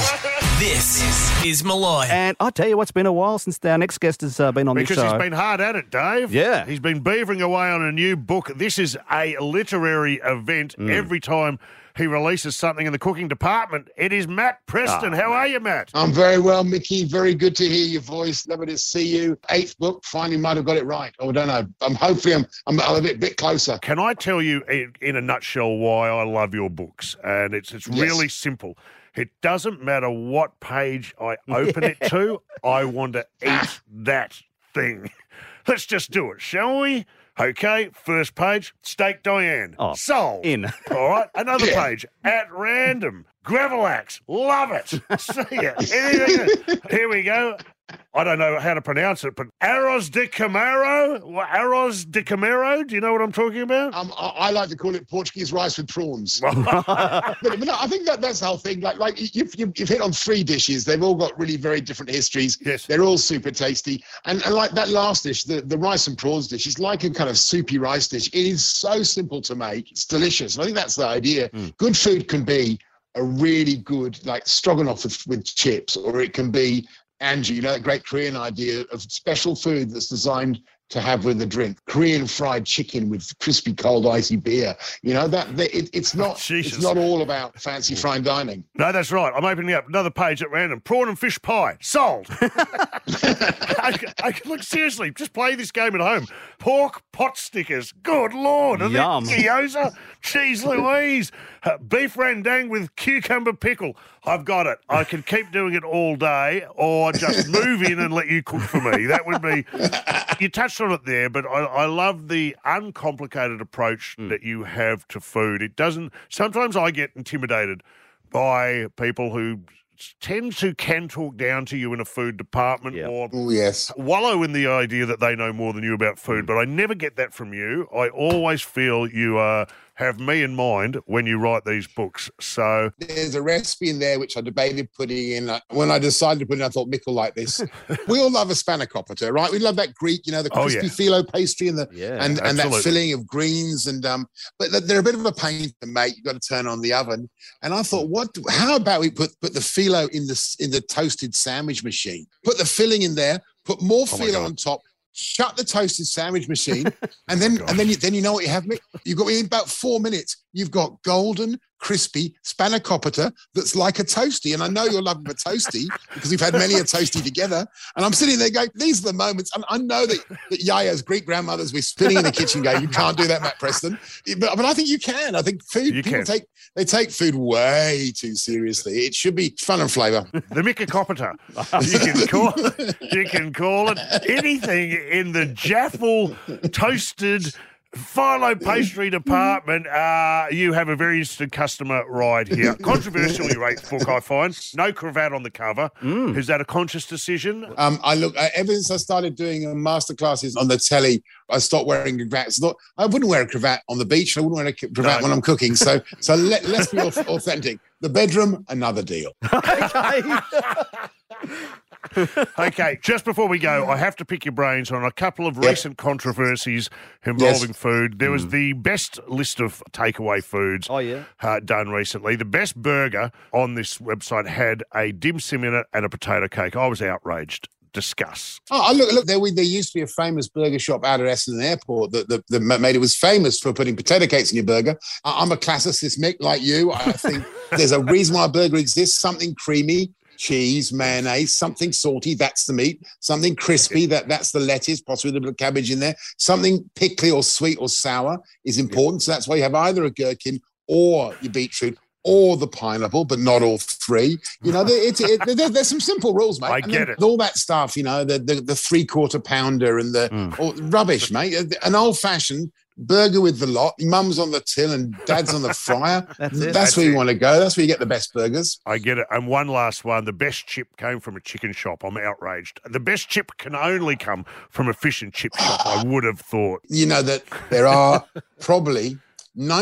A: This is Malloy.
C: And I tell you what's been a while since our next guest has uh, been on
B: Because
C: the show.
B: he's been hard at it, Dave.
C: Yeah.
B: He's been beavering away on a new book. This is a literary event.
C: Mm.
B: Every time he releases something in the cooking department, it is Matt
C: Ah,
B: Preston. How are you, Matt?
P: I'm very well, Mickey. Very good to hear your voice. Lovely to see you. Eighth book, finally might have got it right. Oh, I don't know. I'm hopefully I'm I'm a bit bit closer.
B: Can I tell you in, in a nutshell why I love your books? And it's it's
P: Yes.
B: really simple. It doesn't matter what page
C: [LAUGHS]
B: I open it to, I want to eat that thing. [LAUGHS] Let's just do it, shall we? Okay, first page, steak Diane.
C: Oh,
B: Sold.
C: in.
B: All right, another
C: Yeah.
B: page, at random. Gravel axe.
C: [LAUGHS]
B: Love it. See ya. [LAUGHS] Anything- Here we go. I don't know how to pronounce it, but Arroz de Camaro? Wha- Arroz de Camaro? Do you know what I'm talking about?
P: Um, I, I like to call it Portuguese rice with prawns. but, but no, I think that that's the whole thing. Like, like you've, you've, you've hit on three dishes. They've all got really very different histories.
B: Yes.
P: They're all super tasty. And, and like that last dish, the, the rice and prawns dish, is like a kind of soupy rice dish. It is so simple to make. It's delicious. And I think that's the idea. Good food can be a really good, like stroganoff with, with chips, or it can be, Angie, you know, that great Korean idea of special food that's designed to have with a drink. Korean fried chicken with crispy cold icy beer. You know that, that it, it's
B: [LAUGHS]
P: not
B: Jesus.
P: it's not all about fancy fine dining.
B: No, that's right. I'm opening up another page at random. Prawn and fish pie. Sold. I, c- I c- look, seriously, just play this game at home. Pork pot stickers. Good lord. And then
C: Yum.
B: Gyoza. Cheese Louise. Uh, beef rendang with cucumber pickle. I've got it. I can keep doing it all day or just move in and let you cook for me. That would be. You touched on it there, but I, I love the uncomplicated approach that you have to food. It doesn't. Sometimes I get intimidated by people who s- tend to can talk down to you in a food department or
P: yes.
B: wallow in the idea that they know more than you about food. But I never get that from you. I always feel you uh, have me in mind when you write these books. So
P: There's a recipe in there which I debated putting in. Uh, When I decided to put it in, I thought Mick will like this. we all love a spanakopita, right? We love that Greek, you know, the
B: Oh,
P: crispy
B: yeah.
P: phyllo pastry and the [LAUGHS]
B: Yeah,
P: and, and that
B: absolutely.
P: filling of greens and um. But th- they're a bit of a pain to make. You've got to turn on the oven. And I
B: Mm.
P: thought, what? do- How about we put put the phyllo in the s- in the toasted sandwich machine? Put the filling in there. Put more
B: Oh, my
P: phyllo
B: God.
P: on top. Shut the toasted sandwich machine, and then and then you then you know what you have, Mick. You've got in about four minutes. You've got golden, crispy spanakopita that's like a toasty. And I know you're loving a toasty because we've had many a toasty together. And I'm sitting there going, these are the moments. And I know that, that Yaya's Greek grandmothers were spinning in the kitchen going, you can't do that, Matt Preston. But, but I think you can. I think food
B: You
P: people
B: can.
P: take they take food way too seriously. It should be fun and flavour.
B: the Mickacopita. You can call you can call it anything in the Jaffel toasted phyllo pastry department. Uh, you have a very interesting customer right here. Controversially ranked book, I find. No cravat on the cover. Is that a conscious decision?
P: Um, I look I- ever since I started doing uh, master classes on the telly. I stopped wearing cravats. I thought, I wouldn't wear a cravat on the beach. and I wouldn't wear a ca- cravat
B: No.
P: when I'm cooking. So, so let, let's be au- authentic. The bedroom, another deal.
C: Okay.
B: okay, just before we go, I have to pick your brains on a couple of recent controversies involving food. There was the best list of takeaway foods oh, yeah. uh, done recently. The best burger on this website had a dim sum in it and a potato cake. I was outraged. Discuss.
P: Oh, I look, look, there, we, there used to be a famous burger shop out at Essendon Airport that, that, that made it was famous for putting potato cakes in your burger. I, I'm a classicist, Mick, like you. I think there's a reason why a burger exists something creamy. Cheese, mayonnaise, something salty, that's the meat, something crispy, that, that's the lettuce, possibly a little bit of cabbage in there, something pickly or sweet or sour is important. So that's why you have either a gherkin or your beetroot or the pineapple, but not all three. You know, there- it, it, there- there's some simple rules, mate.
B: [LAUGHS] I
P: And
B: get
P: then
B: it.
P: All that stuff, you know, the the, the three quarter pounder and the
B: Mm.
P: all- rubbish, mate. Uh, An old fashioned burger with the lot. Mum's on the till and dad's on the fryer.
B: [LAUGHS] That's it.
P: where you want to go. That's where you get the best burgers.
B: I get it. And one last one. The best chip came from a chicken shop. I'm outraged. The best chip can only come from a fish and chip shop, I would have thought.
P: You know that there are probably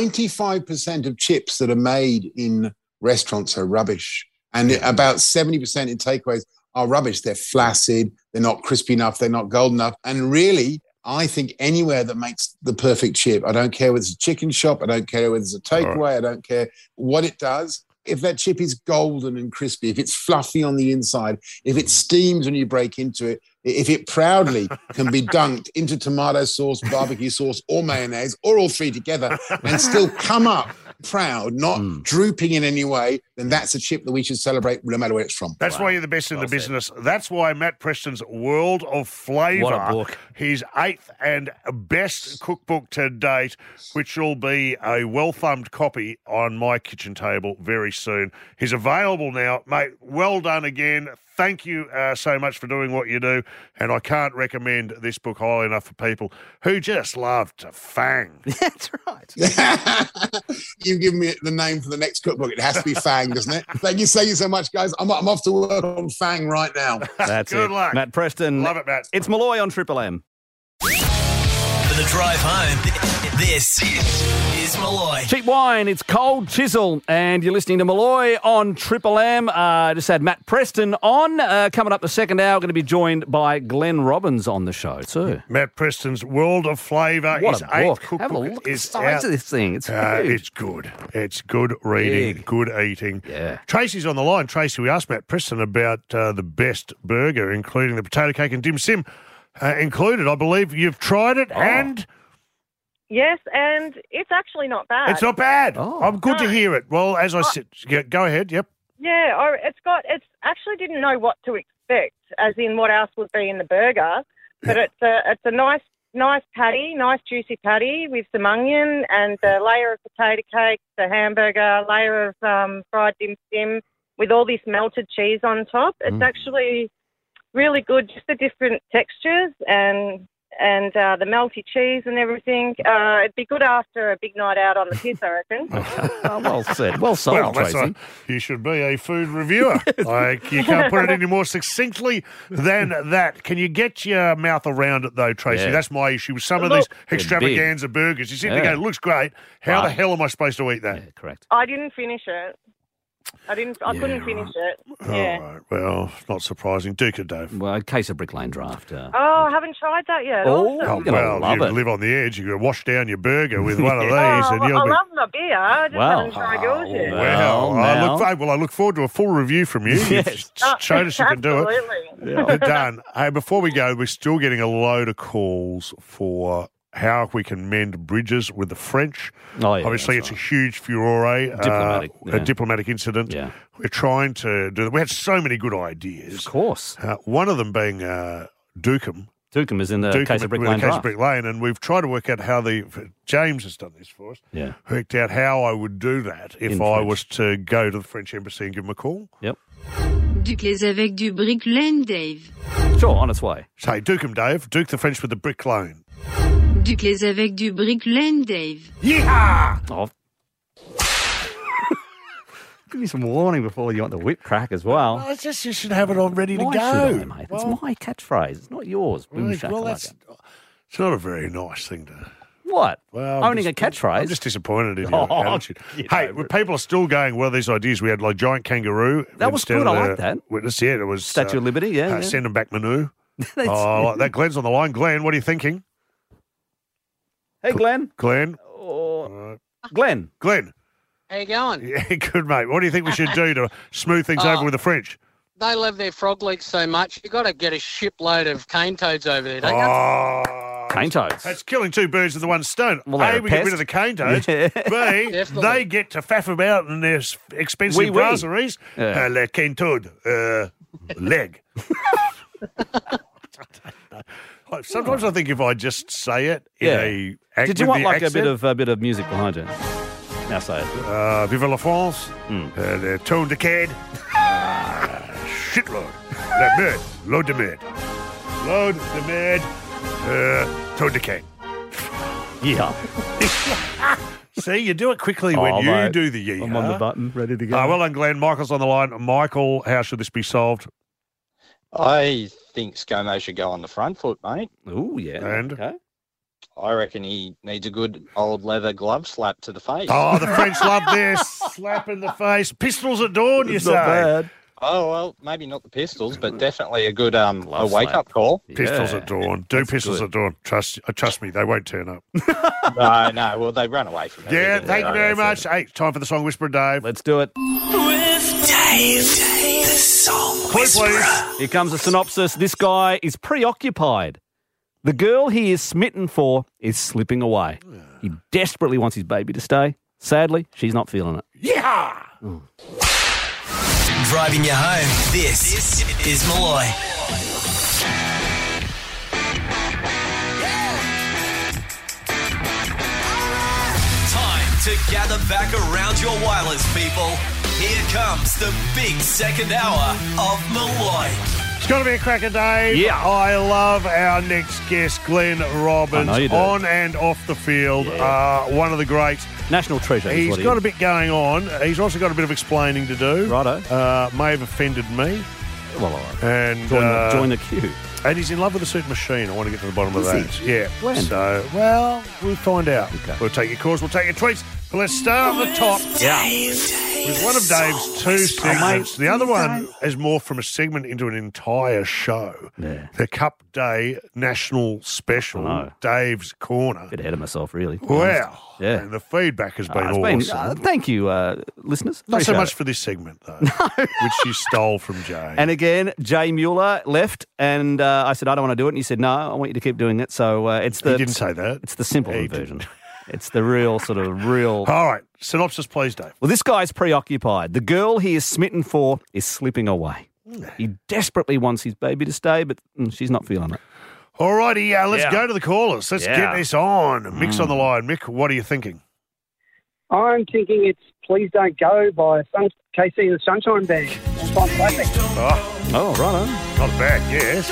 P: 95% of chips that are made in restaurants are rubbish. And about 70% in takeaways are rubbish. They're flaccid, they're not crispy enough, they're not golden enough. And really, I think anywhere that makes the perfect chip, I don't care whether it's a chicken shop, I don't care whether it's a takeaway, I don't care what it does. If that chip is golden and crispy, if it's fluffy on the inside, if it steams when you break into it, i- if it proudly can be dunked into tomato sauce, barbecue sauce, or mayonnaise, or all three together, and still come up proud, not drooping in any way, then that's a chip that we should celebrate no matter where it's from.
B: That's why you're the best in the business. That's why Matt Preston's World of Flavour,
P: What a book.
B: his eighth and best cookbook to date, which will be a well thumbed copy on my kitchen table very soon, is available now. Mate, well done again. Thank you uh, so much for doing what you do. And I can't recommend this book highly enough for people who just love
C: [LAUGHS]
B: to fang.
C: [LAUGHS] That's right.
P: [LAUGHS] you give me the name for the next cookbook. It has to be Fang, doesn't it? [LAUGHS] Thank you, thank you so much, guys. I'm, I'm off to work on Fang right now.
C: That's it. Matt Preston. Love
B: it, Matt.
C: It's Malloy on Triple M.
A: For the drive home, this is Malloy.
C: Cheap wine, it's Cold Chisel, and you're listening to Malloy on Triple M. Uh, just had Matt Preston on. Uh, coming up the second hour, going to be joined by Glenn Robbins on the show too.
B: Matt Preston's World of Flavour.
C: What
B: Uh, his
C: a
B: eighth
C: book.
B: cookbook
C: Have a look at the
B: is
C: size
B: out.
C: of this thing. It's
B: [LAUGHS] Uh,
C: huge.
B: it's good. It's good reading,
C: Big.
B: good eating. [LAUGHS]
C: Yeah.
B: Tracy's on the line. Tracy, we asked Matt Preston about uh, the best burger, including the potato cake and dim sim uh, included. I believe you've tried
Q: Oh.
B: it, and
R: Yes, and it's actually not bad.
B: it's not bad.
Q: Oh.
B: I'm good to
R: No.
B: hear it. Well, as I said, yeah, go ahead. Yep.
R: Yeah, or it's got. It's actually didn't know what to expect, as in what else would be in the burger. But it's a it's a nice nice patty, nice juicy patty with some onion and a layer of potato cake, the hamburger, layer of um, fried dim sum with all this melted cheese on top. It's
S: Mm.
R: actually really good, just the different textures and and uh, the melty cheese and everything. Uh, it'd be good after a big night out on the piss, I reckon.
C: Oh, well said. Well sold,
B: Well, that's
C: Tracy.
B: a- you should be a
Q: [LAUGHS]
B: food reviewer. like you can't put it any more succinctly than that. Can you get your mouth around it though, Tracy?
Q: Yeah.
B: That's my issue with some of
R: Look-
B: these
Q: They're big.
B: extravaganza burgers. You sit there
Q: Yeah.
B: going, "Looks great. How the
Q: Right.
B: hell am I supposed to eat that?"
C: correct.
R: I didn't finish it. I didn't. I couldn't finish it. Yeah.
B: All right. Oh. Well, not surprising. Duke of Dave.
C: Well, a case of Brick Lane Draft. Uh, Oh,
R: Oh, I haven't tried that yet.
B: Oh,
R: awesome.
B: well,
C: love
B: you
C: it.
B: live on the edge. You can wash down your burger with
R: [LAUGHS]
B: one of these,
R: Oh,
B: and
R: I
B: you'll [LAUGHS] be.
R: love my beer. I just
B: Wow.
R: haven't tried yours yet.
B: Well, I
C: now.
B: look, for- well, I look forward to a full
C: [LAUGHS]
B: review from you. You've
R: Oh,
B: showed us you can do it.
R: Absolutely.
B: We're done. Hey, before we go, we're still getting a load of calls for how we can mend bridges with the French.
C: Oh, yeah,
B: Obviously, it's a huge furore, uh,
C: Diplomatic, yeah.
B: a diplomatic incident. Yeah. We're trying to do that. We had so many good ideas. Of
C: course.
B: Uh, one of them being uh, Dukem.
C: Dukem is in the
B: Dukem
C: uh, case of Brick
B: with the
C: Lane
B: case of
C: Draft.
B: Brick Lane, and we've tried to work out how the James has done this for us.
C: Yeah.
B: Worked out how I would do that if
C: In
B: I
C: French.
B: was to go to the French embassy and give them a call.
C: Yep.
T: Ducles avec du Brick Lane Dave.
C: Sure, on its way.
B: Say, Duke 'em, Dave. Duke the French with the brick loan.
T: Ducles avec du Brick Lane Dave.
B: Yeehaw!
C: Oh. [LAUGHS] Give me some warning before you want the whip crack as well.
B: Well, it's just you should have it on ready to
C: Why
B: go.
C: should I, mate?
B: Well-
C: it's my catchphrase. It's not yours. Boom
B: Well,
C: shakalaka.
B: that's- It's not a very nice thing to.
C: What?
B: Well,
C: Owning
B: just-
C: a catchphrase?
B: I'm just disappointed in your
C: [LAUGHS] Oh,
B: attitude.
C: you
B: hey, well, people are still going, well, these ideas we had, like giant kangaroo.
C: That was
B: instead
C: good.
B: of
C: I
B: the
C: like that.
B: Witness, yeah, it was. uh,
C: Statue of Liberty, yeah, yeah.
B: Send them back Manu. oh,
C: [LAUGHS] That's-
B: I like that. Glenn's on the line. Glenn, what are you thinking?
C: Hey, Glenn.
B: Glenn?
C: Or Glenn.
B: Glenn.
U: How you going?
B: [LAUGHS] Yeah, good, mate. What do you think we should do to smooth things
U: Oh.
B: over with the French?
U: They love their frog legs so much, you got to get a shipload of cane toads over there, don't
B: Oh.
C: Cane toads.
B: That's killing two birds with the one stone.
C: Well, they're
B: a,
C: a
B: we get rid
C: pest.
B: of the cane
C: [LAUGHS]
B: toads.
C: Yeah.
B: B,
U: [LAUGHS] Definitely.
B: they get to faff about in their s- expensive
C: Wee wee.
B: brasseries.
C: Yeah.
B: Uh, le cane toad, uh,
C: [LAUGHS]
B: leg. Sometimes I think if I just say it in
C: Yeah.
B: a act
C: Did you
B: with
C: want
B: the
C: like a
B: accent,
C: bit of a bit of music behind it? Now say it.
B: uh, Vive la France,
C: Hmm.
B: uh, the tone
C: [LAUGHS]
B: de cad, uh, shitload, la merde, load de merde, load de merde, uh, tone de cad.
C: Yeah.
B: See, you do it quickly when
C: Oh,
B: you
C: mate.
B: do the yee.
C: I'm on the button, ready to go.
B: Uh, well done, Glenn. Michael's on the line. Michael, how should this be solved?
V: I think ScoMo should go on the front foot, mate.
C: Oh, yeah.
B: And?
C: Okay.
V: I reckon he needs a good old leather glove slap to the face.
B: Oh, the French
C: [LAUGHS]
B: love this. Slap in the face. Pistols at dawn, you
V: It's
B: say.
V: not bad. Oh, well, maybe not the pistols, but definitely a good um a
B: Glove
V: wake
B: slap.
V: up
B: [LAUGHS]
V: call.
B: Pistols at dawn. Do pistols at dawn. Trust uh, trust me, they won't turn up.
V: no, no, well, they run away from it.
B: Yeah,
V: didn't
B: thank you
V: they?
B: very much. Hey, time for the song Whisperer Dave.
C: Let's do it.
G: With Dave, the song whisperer.
C: Here comes a synopsis. This guy is preoccupied. The girl he is smitten for is slipping away. He desperately wants his baby to stay. Sadly, she's not feeling it.
B: Yeah.
A: Driving you home, this is Malloy. Time to gather back around your wireless, people. Here comes the big second hour of Malloy.
B: It's going to be a cracker, Dave.
A: Yeah.
B: I love our next guest, Glenn Robbins,
C: I know you do.
B: on and off the field. Uh, one of the greats.
C: National treasure. is
B: He's
C: what he
B: got
C: is.
B: a bit going on. He's also got a bit of explaining to do. Righto. Uh, may have offended me.
C: Well, all right.
B: And
C: Join the-
B: uh,
C: join the queue.
B: And he's in love with the suit machine. I want to get to the bottom of
C: Is he?
B: that. Yeah.
C: When?
B: So, well, we'll find out. We'll take your calls. We'll take your tweets. But let's start at the top.
G: Yeah.
B: With one of Dave's two segments.
C: Oh,
B: The other one is more from a segment into an entire show. The Cup Day National Special, Dave's Corner.
C: Bit ahead of myself, really.
B: Wow.
C: Yeah.
B: And the feedback has been
C: Uh, it's
B: awesome.
C: uh, thank you, uh, listeners.
B: Not so
C: Appreciate
B: much
C: it.
B: for this segment,
C: [LAUGHS]
B: though, which you stole from Jay.
C: And again, Jay Mueller left, and uh, I said, I don't want to do it. And he said, No, I want you to keep doing it. So uh, it's the.
B: didn't say that.
C: It's the simple version. It's the real, sort of
B: [LAUGHS]
C: real.
B: All right. Synopsis, please, Dave.
C: Well, this guy's preoccupied. The girl he is smitten for is slipping away. He desperately wants his baby to stay, but mm, she's not feeling it.
B: All righty, uh, let's
C: Yeah.
B: go to the callers. Let's
C: Yeah. Mm.
B: get this on. Mick's on the line. Mick, what are you thinking?
W: I'm thinking it's Please Don't Go by Sun- KC and the Sunshine Band. It's on classic.
B: Oh,
C: oh right on.
B: Not bad, yes.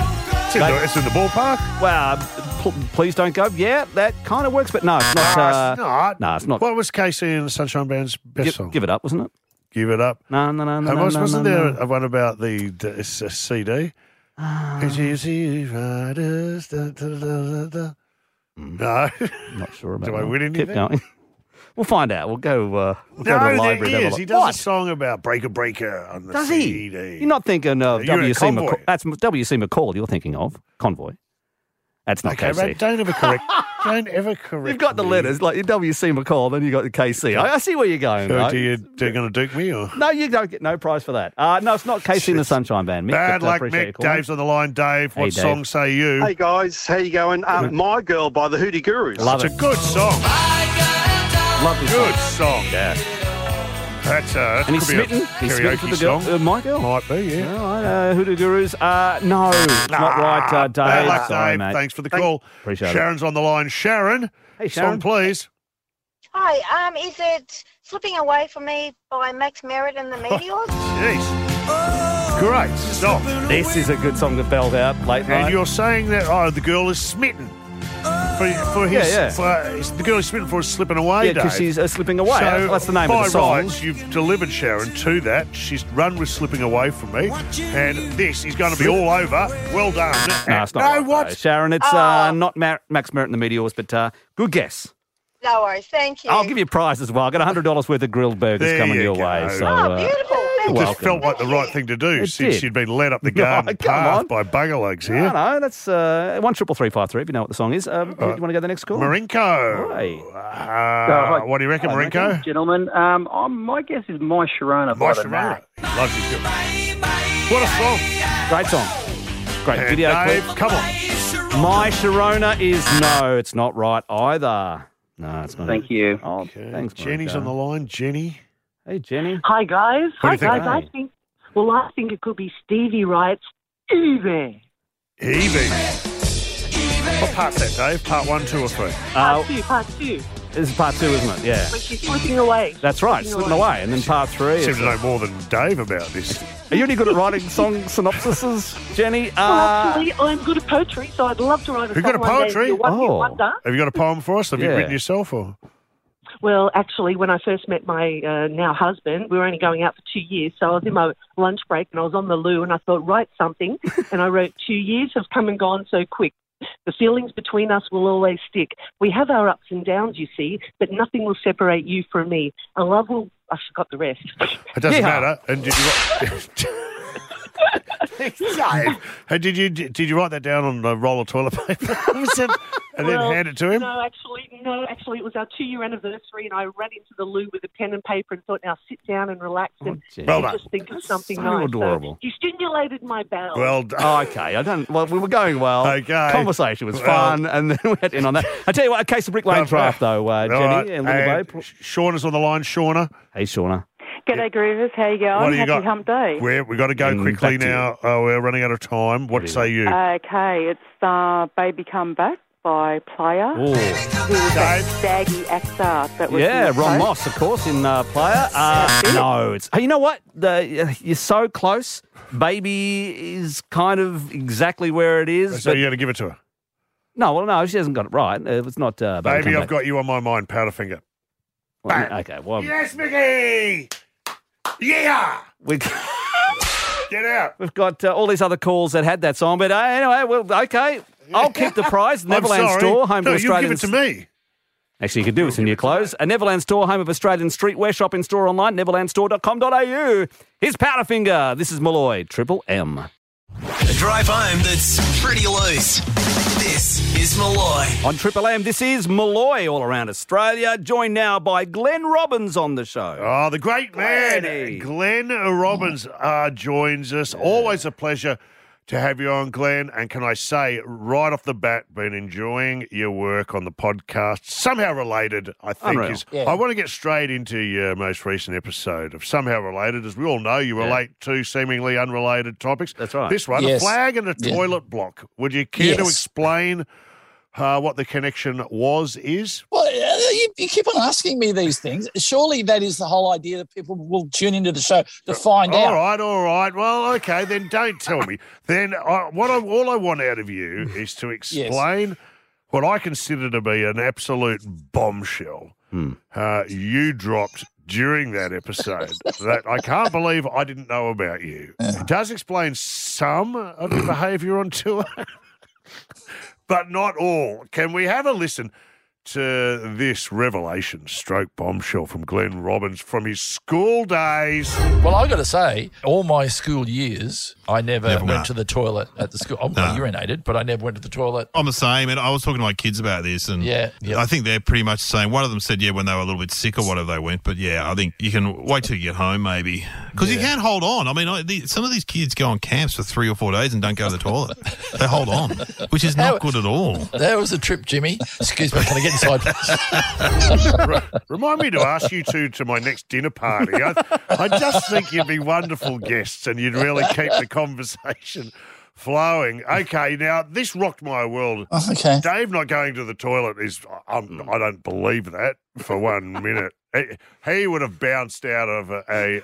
B: It's in, the, it's in the ballpark.
C: Well, uh, pl- please don't go. Yeah, that kind of works, but no, it's not.
B: Nah,
C: Uh,
B: it's not.
C: No, it's not.
B: What was KC and the Sunshine Band's best
C: give,
B: song?
C: give it up, wasn't it?
B: Give it up.
C: No, no, no, no.
B: And
C: no,
B: was,
C: no,
B: wasn't
C: no,
B: there
C: no.
B: a one about the, the s- s- CD?
C: Ah.
B: Could you see riders? Da, da, da, da, da. No.
C: Not sure about
B: Do I
C: that.
B: win anything?
C: Keep going. We'll find out. We'll go. Uh, we'll go to the
B: [LAUGHS] No, there
C: library. and have a
B: is.
C: look.
B: He does
C: What?
B: a song about Breaker Breaker on the
C: Does he?
B: CD.
C: You're not thinking of
B: You're in
C: WC
B: Convoy.
C: McCall. That's WC McCall. You're thinking of convoy. That's not
B: Okay,
C: KC.
B: mate, don't ever
C: [LAUGHS]
B: correct. don't ever correct.
C: You've got the letters like your WC McCall, then you got the KC. I, I see where you're going.
B: So
C: though.
B: do you, do you going to duke me or?
C: No, you don't get no prize for that. Uh, no, it's not KC in the Sunshine Band. Mick,
B: Bad
C: but I
B: luck,
C: appreciate your
B: Mick.
C: call, mate.
B: Dave's on the line. Dave,
C: Hey,
B: what
C: Dave.
B: song say you?
X: Hey guys, how you going? Uh,
D: Um,
B: [LAUGHS]
X: My Girl by the Hootie Gurus.
C: Love
B: It's a good song.
C: Love this
B: Good
C: song.
B: song. Yeah. That's uh, that
C: And he's
B: could be a
C: smitten. He's smitten
B: karaoke
C: for the girl.
B: song.
C: Uh, my girl.
B: Might be, yeah. Ah,
C: All right, uh, Hoodoo Gurus. Uh, no, it's not right, uh, Dave.
B: Bad luck,
C: Sorry,
B: Dave.
C: mate.
B: Thanks for the call.
C: Appreciate it.
B: Sharon's on the line. Sharon,
C: Hey, Sharon.
B: song, please.
Y: Hi, um, is it Slipping Away From Me by Max Merritt and the Meteors?
B: Jeez. Great song.
C: This is a good song to belt out late
B: And
C: night.
B: you're saying that, oh, the girl is smitten. for, for his
C: Yeah, yeah.
B: for the girl he's smitten for is slipping away.
C: Yeah, 'cause
B: Dave.
C: she's, uh, slipping away.
B: So
C: That's the name of
B: by
C: the song.
B: rights, you've delivered Sharon to that. She's run with slipping away from me, and this is going to be all over. Well done.
C: No, it's not.
B: No,
C: right, though.
B: what? Oh.
C: Sharon, it's uh, not Mar- Max Merritt and the Meteors, but uh, good guess.
Y: No worries. Thank you.
C: I'll give you a prize as well. I got $100 worth of grilled burgers
B: There
C: coming
B: you
C: your
B: go.
C: way. So,
B: Oh,
C: uh,
Y: beautiful.
C: you're
B: It just
C: welcome.
B: felt like the right thing to do
C: It
B: since
C: did.
B: you'd been led
C: [LAUGHS]
B: up the
C: No,
B: garden
C: come
B: path
C: on.
B: by bungalows
C: I
B: here.
C: know. That's uh, one triple three five three. If you know what the song is, um,
B: Uh,
C: do you want to go to the next call?
B: Marinko.
C: Hi.
B: Uh, what do you reckon, Marinko?
D: Gentlemen, um, i my guess is My Sharana. by
B: My
D: the
B: Sharana.
D: Nat.
B: Loves his girl. What a song.
C: Great song. Great
B: And
C: video
B: Dave,
C: clip.
B: come on.
C: My Sharona is no. It's not right either. No, it's not.
D: Thank you.
C: Oh, thanks.
B: Jenny's
C: Marinko.
B: on the line. Jenny.
C: Hey, Jenny.
E: Hi guys.
B: What
E: Hi
B: do you
E: guys.
B: think?
E: I think well, I think it could be Stevie Wright's Evie.
B: Evie. What part's that, Dave? Part one, two, or three?
E: Part two, part two.
C: Uh, This is part two, isn't it? Yeah.
E: But she's slipping away.
C: That's right. Slipping away, and then part three.
B: Seem
C: is-
B: to know more than Dave about this.
C: Are you any good at writing song synopsises, Jenny?
Y: Oh,
E: Well,
C: Uh,
E: actually, I'm good at poetry, so I'd love to write a
B: You've
E: song
B: got a
E: one day for
B: poetry?
E: your one-hit
B: Oh.
E: wonder.
B: Have you got a poem for us? Have you
C: Yeah.
B: written yourself? Or
E: Well, actually, when I first met my uh, now husband, we were only going out for two years, so I was in my lunch break and I was on the loo and I thought, write something. and I wrote,
B: [LAUGHS]
E: Two years have come and gone so quick. The feelings between us will always stick. We have our ups and downs, you see, but nothing will separate you from me. And love will. I forgot the rest.
B: it doesn't
E: Yeehaw.
B: matter. And did [LAUGHS] you? Write... and did you did you write that down on a roll of toilet paper? [LAUGHS] and then
E: Well,
B: hand it to him.
E: No, actually, no, actually, it was our two-year anniversary, and I ran into the loo with a pen and paper and thought, now sit down and relax and
C: gee.
B: Well
E: just think of something
C: so
E: nice.
C: adorable.
E: you stimulated my bowels.
B: Well, d-
C: Oh, okay. I don't. Well, we were going well.
B: Okay.
C: Conversation was
B: Well-
C: fun, and then [LAUGHS] we had in on that. I tell you what, a case of Brick Lane draft, though, uh,
B: All
C: Jenny
B: right.
C: and Little
B: And
C: Babe.
B: Shauna's on the line. Shauna,
C: Hey, Shauna.
F: G'day, Groovers. How you going?
B: what do you
F: Happy
B: got?
F: Hump Day.
B: We're, we've got to go
C: Mm,
B: quickly
C: back to you.
B: now. Oh, we're running out of time. What say you?
R: Uh,
F: Okay, it's uh, Baby Come Back by Player.
R: Oh.
C: Ooh.
F: Who was that saggy actor that was
C: Yeah,
F: in the
C: Ron
F: show?
C: Moss, of course, in uh, player. Uh, no, it's. Hey, you know what? The, uh, you're so close. Baby is kind of exactly where it is.
B: so
C: but-
B: you're going to give it to her.
C: no, well, no, she hasn't got it right. Uh, It's not. Uh,
B: Baby,
C: Come
B: I've
C: Back.
B: got you on my mind, Powderfinger.
C: Well, okay. Well,
B: Yes, Mickey! Yeah!
C: we.
B: Get out!
C: We've got uh, all these other calls that had that song, but uh, anyway, well, okay. I'll keep the prize.
B: [LAUGHS] I'm
C: Neverland
B: sorry.
C: Store, home
B: No,
C: of
B: you give it
C: Australian.
B: to me.
C: Actually, you could do it in your clothes. A Neverland Store, home of Australian streetwear shopping store online, neverlandstore.com.au. Here's Powderfinger. This is Malloy, Triple M.
A: A drive home that's pretty loose. This is Malloy.
C: On Triple M, this is Malloy all around Australia, joined now by Glenn Robbins on the show.
B: Oh, the great man, Glenn Robbins, uh, joins us. Always a pleasure to have you on, Glenn. And can I say, right off the bat, been enjoying your work on the podcast. Somehow related, I think.
C: Unreal.
B: Is,
C: Yeah.
B: I want to get straight into your most recent episode of Somehow Related. As we all know, you relate to seemingly unrelated topics. That's
C: right.
B: This one,
H: Yes.
B: a flag and a
H: Yeah.
B: toilet block. Would you care to
H: Yes.
B: explain uh, what the connection was, is?
H: Well, uh, you, you keep on asking me these things. Surely that is the whole idea that people will tune into the show to find
B: Uh, All
H: out.
B: right, all right. Well, okay, then don't tell me. Then I, what I, all I want out
H: [LAUGHS]
B: of you is to explain what I consider to be an absolute bombshell uh, you dropped during
H: [LAUGHS]
B: that episode that I can't believe I didn't know about you. It does explain some
H: [CLEARS THROAT]
B: of your behaviour on tour, [LAUGHS] but not all. Can we have a listen? To this revelation stroke bombshell from Glenn Robbins from his school days.
H: Well, I got to say, all my school years, I never,
Z: Never
H: went
Z: went.
H: to the toilet at the school. I
Z: Nah.
H: urinated, but I never went to the toilet.
Z: I'm the same, and I was talking to my kids about this, and
H: Yeah, yeah.
Z: I think they're pretty much the same. One of them said, yeah, when they were a little bit sick or whatever, they went. But yeah, I think you can wait till you get home, maybe, because you can't hold on. I mean, I, the, some of these kids go on camps for three or four days and don't go to the toilet. they hold on, which is not good at all.
H: That was a trip, Jimmy. Excuse me, can I get inside?
B: Re- Remind me to ask you two to my next dinner party. I, I just think you'd be wonderful guests and you'd really keep the conversation flowing. Okay, now this rocked my world.
H: [LAUGHS] okay.
B: Dave not going to the toilet is, I'm, I don't believe that for one minute. [LAUGHS] He- He would have bounced out of a, a,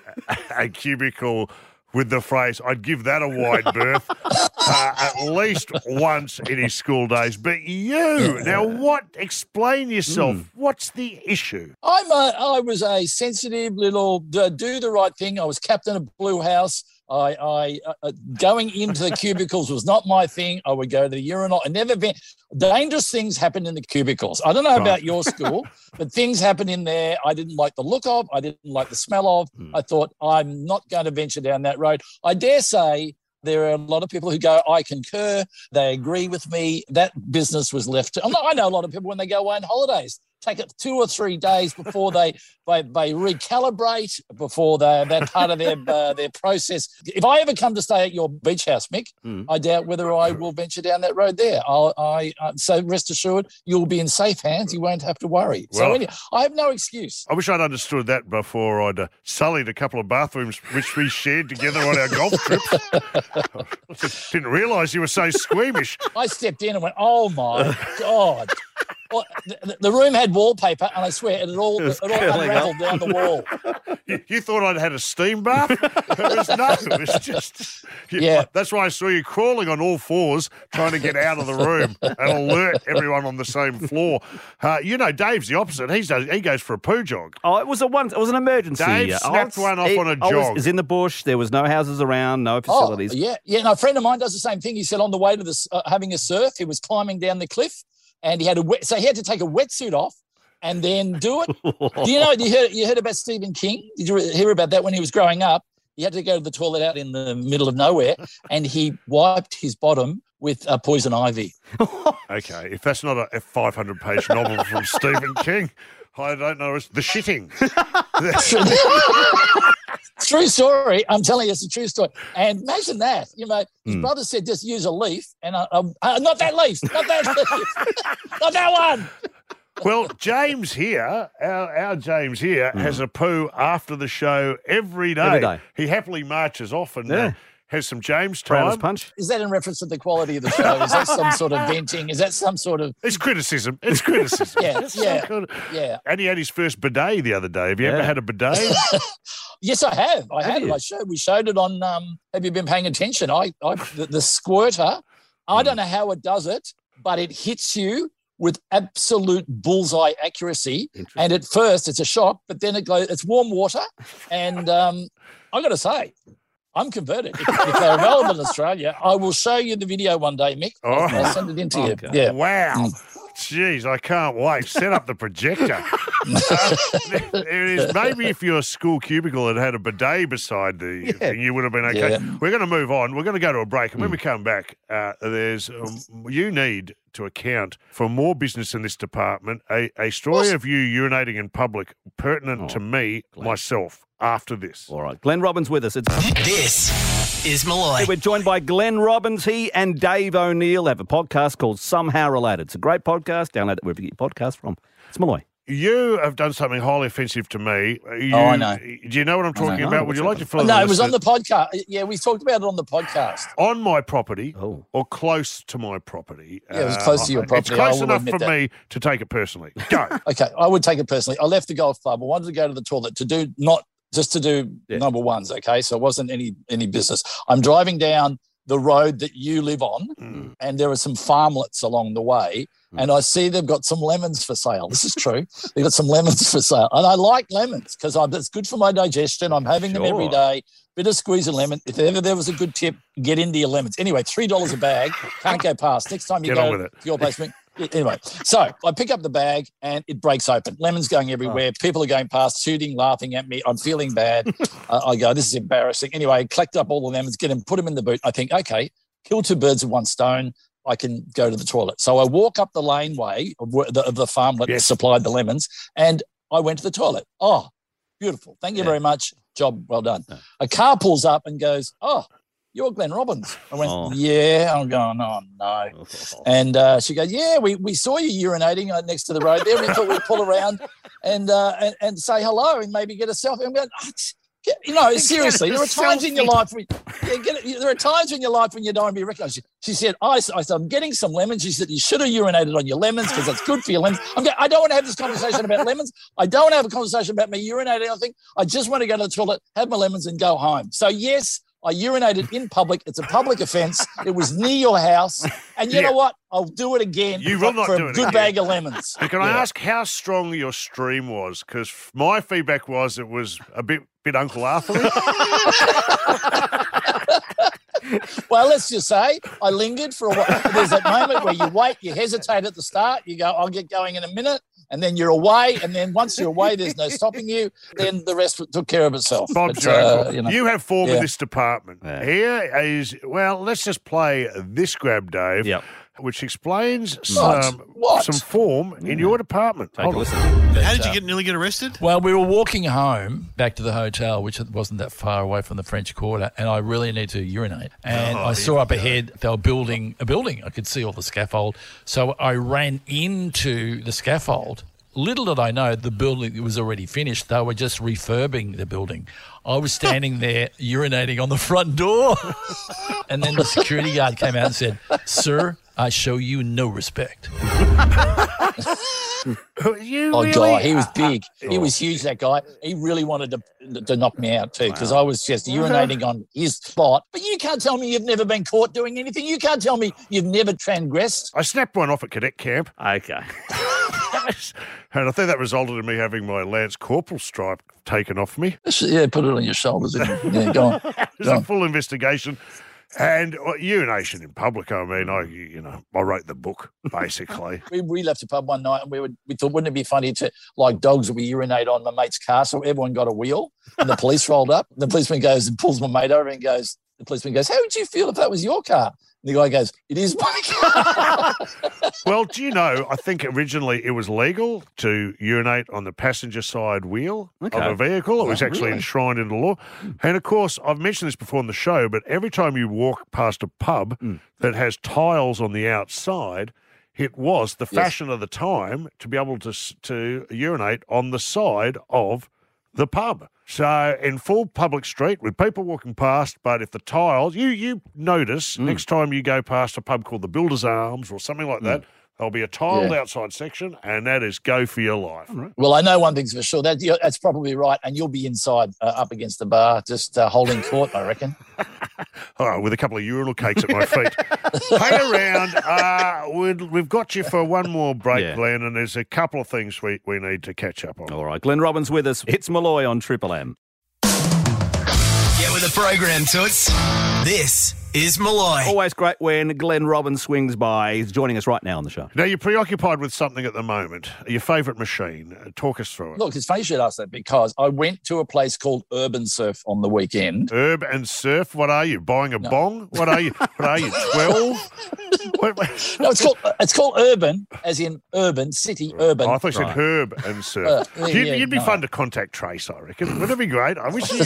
B: a cubicle with the phrase, I'd give that a wide berth. uh, at least once in his school days. But you, now what? Explain yourself. What's the issue?
H: I'm a, I was a sensitive little uh, do the right thing. I was captain of Blue House. I, I uh, uh, going into the cubicles was not my thing. I would go to the urinal. I never been dangerous things happened in the cubicles. I don't know
I: Right.
H: about your school, but things happened in there. I didn't like the look of. I didn't like the smell of. I thought I'm not going to venture down that road. I dare say there are a lot of people who go, I concur. They agree with me. That business was left. To, I know a lot of people when they go away on holidays, take it two or three days before they [LAUGHS] they, they recalibrate before they, that part of their uh, their process. If I ever come to stay at your beach house, Mick,
I: Mm.
H: I doubt whether I will venture down that road there. I'll, I uh, so rest assured, you'll be in safe hands. You won't have to worry. so
B: Well-
H: anyway, I have no excuse.
B: I wish I'd understood that before I'd uh, sullied a couple of bathrooms which we shared together on our golf trips. [LAUGHS] I just didn't realise you were so squeamish.
H: I stepped in and went, "Oh my god!" Well, the, the room had wallpaper, and I swear it had all
B: It
H: it,
B: was
H: all
B: curling up.
H: unraveled down the
B: [LAUGHS]
H: wall.
B: You, you thought I'd had a steam bath? It was, no, it was just.
H: Yeah.
B: That's why I saw you crawling on all fours, trying to get out of the room and alert everyone on the same floor. Uh, you know, Dave's the opposite. He's he goes for a poo jog.
C: Oh, it was a one. It was an emergency.
B: Dave
C: Yeah.
B: snapped
C: Oh,
B: one off
C: it-
B: on a
C: I was-
B: jog.
C: It was in the bush. There was no houses around, no facilities.
H: Oh, yeah, yeah. And a friend of mine does the same thing. He said on the way to this, uh, having a surf, he was climbing down the cliff, and he had a wet, so he had to take a wetsuit off and then
B: [LAUGHS]
H: do it. Do you know? You heard you heard about Stephen King? Did you hear about that when he was growing up? He had to go to the toilet out in the middle of nowhere, and he wiped his bottom with uh, poison ivy.
B: Okay, if that's not a 500 page novel from Stephen King, I don't know. It's The Shitting.
H: true story. I'm telling you, it's a true story. And imagine that. You know, his
B: Hmm.
H: brother said, just use a leaf. And I, I'm, uh, not that leaf, not that [LAUGHS] leaf, not that one.
B: Well, James here, our, our James here, has a poo after the show every day.
C: Every day.
B: He happily marches off and uh,
C: Yeah.
B: has some James time.
C: Browner's punch.
H: Is that in reference to the quality of the show? Is that some sort of venting? Is that some sort of.
B: It's criticism. It's criticism.
H: [LAUGHS] Yeah,
B: It's
H: yeah,
B: some kind of-
H: yeah.
B: And he had his first bidet the other day. Have you ever
H: Yeah.
B: had a bidet?
H: Yes, I have. I
B: Have
H: had it.
B: you?
H: I showed, we showed it on. Um, have you been paying attention? I, I the, the squirter. I
B: Hmm.
H: don't know how it does it, but it hits you with absolute bullseye accuracy. And at first, it's a shock, but then it goes. It's warm water,
B: [LAUGHS]
H: and um, I got to say. I'm converted. If, if they're available in Australia, I will show you the video one day, Mick. I'll,
B: Oh.
H: I'll send it in to you.
B: Okay.
H: [LAUGHS] Yeah.
B: Wow. Jeez, I can't wait. Set up the projector. Uh, there it is. Maybe if your school cubicle had had a bidet beside the thing, you would have been okay.
I: Yeah.
B: We're going to move on. We're going to go to a break. And when we
H: Hmm.
B: come back, uh, there's um, you need to account for more business in this department. A, a story of you urinating in public
H: Oh,
B: pertinent to me, myself, after this.
C: All right. Glenn Robbins with us. It's
A: This is Malloy.
C: We're joined by Glenn Robbins. He and Dave O'Neill have a podcast called Somehow Related. It's a great podcast. Download it wherever you get your podcast from. It's Malloy.
B: You have done something highly offensive to me. You,
H: Oh, I know.
B: Do you know what I'm talking
H: know.
B: about? Would you like to fill
H: No,
B: the
H: it was on
B: listener-
H: the podcast. Yeah, we talked about it on the podcast.
B: on my property
C: Oh.
B: or close to my property. Uh,
H: Yeah, it was close to your
B: It's
H: property, I
B: close
H: will
B: enough
H: admit
B: for
H: that.
B: me to take it personally. Go.
H: [LAUGHS] Okay, I would take it personally. I left the golf club. I wanted to go to the toilet to do not just to do number ones. Okay, so it wasn't any any business. I'm driving down the road that you live on, and there are some farmlets along the way. And I see they've got some lemons for sale. This is true. [LAUGHS] they've got some lemons for sale, and I like lemons because it's good for my digestion. I'm having them every
I: Sure.
H: day. Bit of squeeze of lemon. If ever there was a good tip, get into your lemons. Anyway, three dollars a bag. Can't go past. Next time you
I: Get
H: go
I: on with it.
H: to your place, Mick, anyway, so I pick up the bag and it breaks open. Lemons going everywhere.
I: Oh.
H: People are going past, shooting, laughing at me. I'm feeling
I: [LAUGHS]
H: bad. uh, I go, this is embarrassing. Anyway, I collect up all the lemons, get them, put them in the boot. I think, okay, kill two birds with one stone. I can go to the toilet. So I walk up the laneway of where- the, of the farm that supplied the lemons and I went to the toilet. Oh, beautiful. Thank you very much. Job well done. A car pulls up and goes, oh, you're Glenn Robbins. I went, yeah. I'm going, oh, no.
B: Mm.
H: [LAUGHS] And uh, she goes, yeah, we, we saw you urinating uh, next to the road there. We thought we'd pull around and, uh, and and say hello and maybe get a selfie. I'm going, "Oh, t- get- you
B: [LAUGHS]
H: know,
I: Get
H: seriously,
I: a
H: there are times in your
I: selfie.
H: life when, yeah, get it, there are times in your life when you don't want to be recognised. She, she said, I, s- I said, I'm getting some lemons. She said, you should have urinated on your lemons because that's good for your lemons. I'm going, I don't want to have this conversation about lemons. I don't want to have a conversation about me urinating. I think I just want to go to the toilet, have my lemons and go home. So yes, I urinated in public. It's a public offence. It was near your house. And you
B: Yeah.
H: know what? I'll do it again.
B: You will
H: but
B: not
H: for
B: do
H: a
B: it
H: good
B: again.
H: bag of lemons.
B: And can I
H: Yeah.
B: ask how strong your stream was? Because my feedback was it was a bit bit Uncle Arthur.
H: [LAUGHS] Well, let's just say I lingered for a while. There's that moment where you wait, you hesitate at the start, you go, I'll get going in a minute, and then you're away. And then once you're away, there's no stopping you. Then the rest took care of itself.
B: Bob
H: But,
B: Joker,
H: uh,
B: you,
H: know,
B: have form
H: yeah.
B: in this department. Here is well, let's just play this grab, Dave, which explains
H: What?
B: some
H: What?
B: some form in your department. Hold on.
Z: How did
I: But,
Z: you
I: uh,
Z: get nearly get arrested?
I: Well, we were walking home back to the hotel, which wasn't that far away from the French Quarter, and I really needed to urinate. And
Z: Oh,
I: I saw
Z: here
I: up ahead they were building a building. I could see all the scaffold, so I ran into the scaffold. Little did I know the building was already finished. They were just refurbing the building. I was
Z: [LAUGHS]
I: standing there urinating on the front door, [LAUGHS] and then the security guard came out and said, "Sir, I show you no respect."
B: You
H: Oh,
I: really-
H: God, he was big.
I: Uh, uh,
H: he was huge, that guy. He really wanted to, to knock me out, too, because I was
I: Uh-huh.
H: just urinating on his spot. But you can't tell me you've never been caught doing anything. You can't tell me you've never transgressed.
B: I snapped one off at cadet camp. [LAUGHS]
C: Okay.
B: and I think that resulted in me having my Lance Corporal stripe taken off me.
I: Yeah, put it on your shoulders. Yeah, go on.
B: [LAUGHS] it was a full investigation. And uh, urination in public, I mean, I, you know, I wrote the book, basically.
H: [LAUGHS] We, we left the pub one night and we, would, we thought, wouldn't it be funny to, like dogs, that we urinate on my mate's car? So everyone got a wheel and the police rolled up. The policeman goes and pulls my mate over and goes, the policeman goes, how would you feel if that was your car? And the guy goes, it is my
I: [LAUGHS]
H: car.
B: well, do you know, I think originally it was legal to urinate on the passenger side wheel
Z: Okay.
B: of a vehicle. It was
Z: Wow,
B: actually
Z: really? Hmm.
B: enshrined into law. And of course, I've mentioned this before on the show, but every time you walk past a pub
Z: Hmm.
B: that has tiles on the outside, it was the fashion of the time to be able to s- to urinate on the side of the pub. So in full public street with people walking past, but if the tiles you you notice
Z: Hmm.
B: next time you go past a pub called the Builders Arms or something
Z: Hmm.
B: like that, there'll be a tiled
H: Yeah.
B: outside section, and that is go for your life.
H: Well, I know one thing's for sure. That, yeah, that's probably right. And you'll be inside uh, up against the bar, just uh, holding court, I reckon.
B: Oh, with a couple of urinal cakes at
H: [LAUGHS]
B: my feet. Hang around. Uh, we'd, we've got you for one more break, Glenn, and there's a couple of things we, we need to catch up on.
C: All right, Glenn Robbins with us. It's Malloy on Triple M.
A: Get with the program, Toots. This is Malloy.
C: Always great when Glenn Robbins swings by. He's joining us right now on the show.
B: Now, you're preoccupied with something at the moment. Your favourite machine. Uh, Talk us through it.
H: Look, it's funny you should ask that because I went to a place called Urban Surf on the weekend.
B: Herb and surf. What are you buying a bong? What are you? What
H: [LAUGHS]
B: are you? Twelve?
H: no, it's called it's called Urban, as in urban city, urban.
B: Oh, I thought you said herb
H: [LAUGHS]
B: and surf.
H: Uh,
B: you'd
H: yeah,
B: you'd be
H: no.
B: fun to contact Trace, I reckon. Wouldn't it be great? I
H: [LAUGHS]
B: wish you.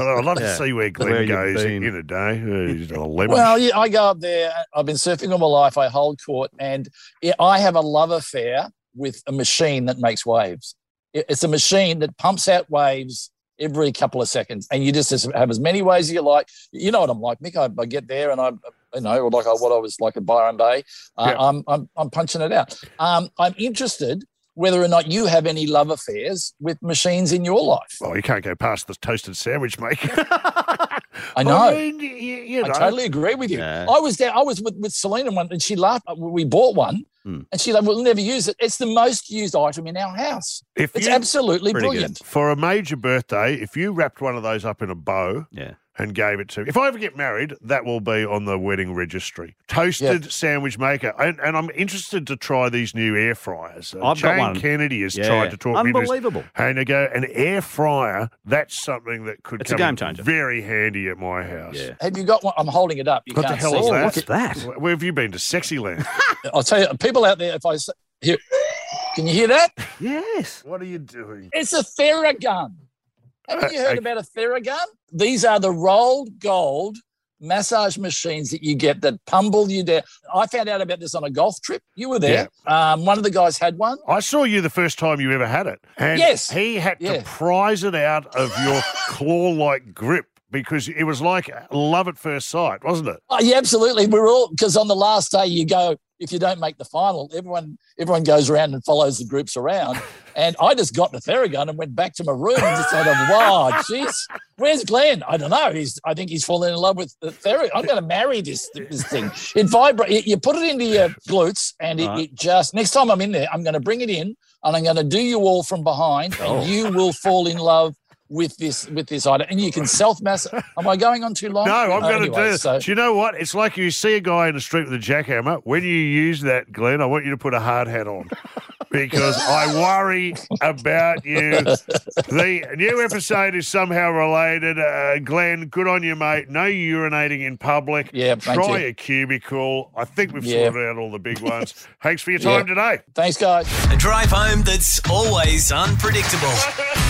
B: I'd love
H: Yeah.
B: to see where Glenn
H: Where you've
B: goes
H: been.
B: in, a day. Uh, He's got a lemon.
H: Well, yeah, I go up there. I've been surfing all my life. I hold court, and yeah, I have a love affair with a machine that makes waves. It- It's a machine that pumps out waves every couple of seconds, and you just have as many waves as you like. You know what I'm like, Mick. I, I get there, and I, you know, like I, what I was like at Byron Bay. Uh,
J: Yeah.
H: I'm, I'm, I'm punching it out. Um, I'm interested whether or not you have any love affairs with machines in your life.
B: Well, Oh, you can't go past the toasted sandwich maker.
H: [LAUGHS] I know.
B: mean, y- y- you
H: I
B: know.
H: totally agree with you.
B: Yeah.
H: I was there. I was with, with Selena one, and she laughed. uh, We bought one,
B: Hmm.
H: and she like, "We'll never use it. It's the most used item in our house.
B: If
H: it's
B: you-
H: absolutely brilliant."
B: For a major birthday, if you wrapped one of those up in a bow
C: yeah.
B: and gave it to if I ever get married, that will be on the wedding registry. Toasted sandwich maker. And, and I'm interested to try these new air fryers. Uh,
C: I've got
B: Jane
C: one.
B: Kennedy has
C: Yeah.
B: tried to talk me into this.
C: Unbelievable.
B: And I go, an air fryer, that's something that could
C: It's a
B: come
C: game
B: in
C: changer.
B: very handy at my house. Yeah.
H: Have you got one? I'm holding it up. You
B: What the
H: can't
B: hell
H: see
B: is
C: Oh,
H: it.
B: that?
H: Look at-
B: Where- Where have you been to Sexy Land?
H: I'll tell you, people out there, if I s- here, can you hear that?
C: Yes.
B: [LAUGHS] What are you doing?
H: It's a Theragun. Haven't you
B: Uh,
H: heard
B: uh,
H: about a Theragun? These are the rolled gold massage machines that you get that pummel you down. I found out about this on a golf trip. You were there. Um, one of the guys had one.
B: I saw you the first time you ever had it. And
H: Yes.
B: He had
H: Yeah.
B: [LAUGHS] to prize it out of your claw like grip because it was like uh, love at first sight, wasn't it?
H: Oh, yeah, absolutely. We were all because on the last day you go if you don't make the final, everyone everyone goes around and follows the groups around. And I just got to Theragun and went back to my room and decided, wow, jeez, where's Glenn? I don't know. He's I think he's fallen in love with the Theragun. I'm going to marry this this thing. It vibrates. You put it into your glutes, and it,
B: Uh-huh.
C: Right.
H: it just next time I'm in there, I'm going to bring it in and I'm going to do you all from behind,
C: Oh.
H: and you will fall in love. With this, with this item, and you can self-mass. Am I going on too long?
B: No, I'm going to
H: Uh, Anyway,
B: do.
H: so-
B: do you know what? It's like you see a guy in the street with a jackhammer. When you use that, Glenn, I want you to put a hard
H: [LAUGHS]
B: hat on because I worry about you. The new episode is somehow related. Uh, Glenn, good on you, mate. No urinating in public.
H: Yeah, thank
B: try
H: you.
B: a cubicle. I think we've
H: Yeah.
B: sorted out all the big ones. Thanks for your
H: Yeah.
B: time today.
H: Thanks, guys.
A: A drive home that's always unpredictable.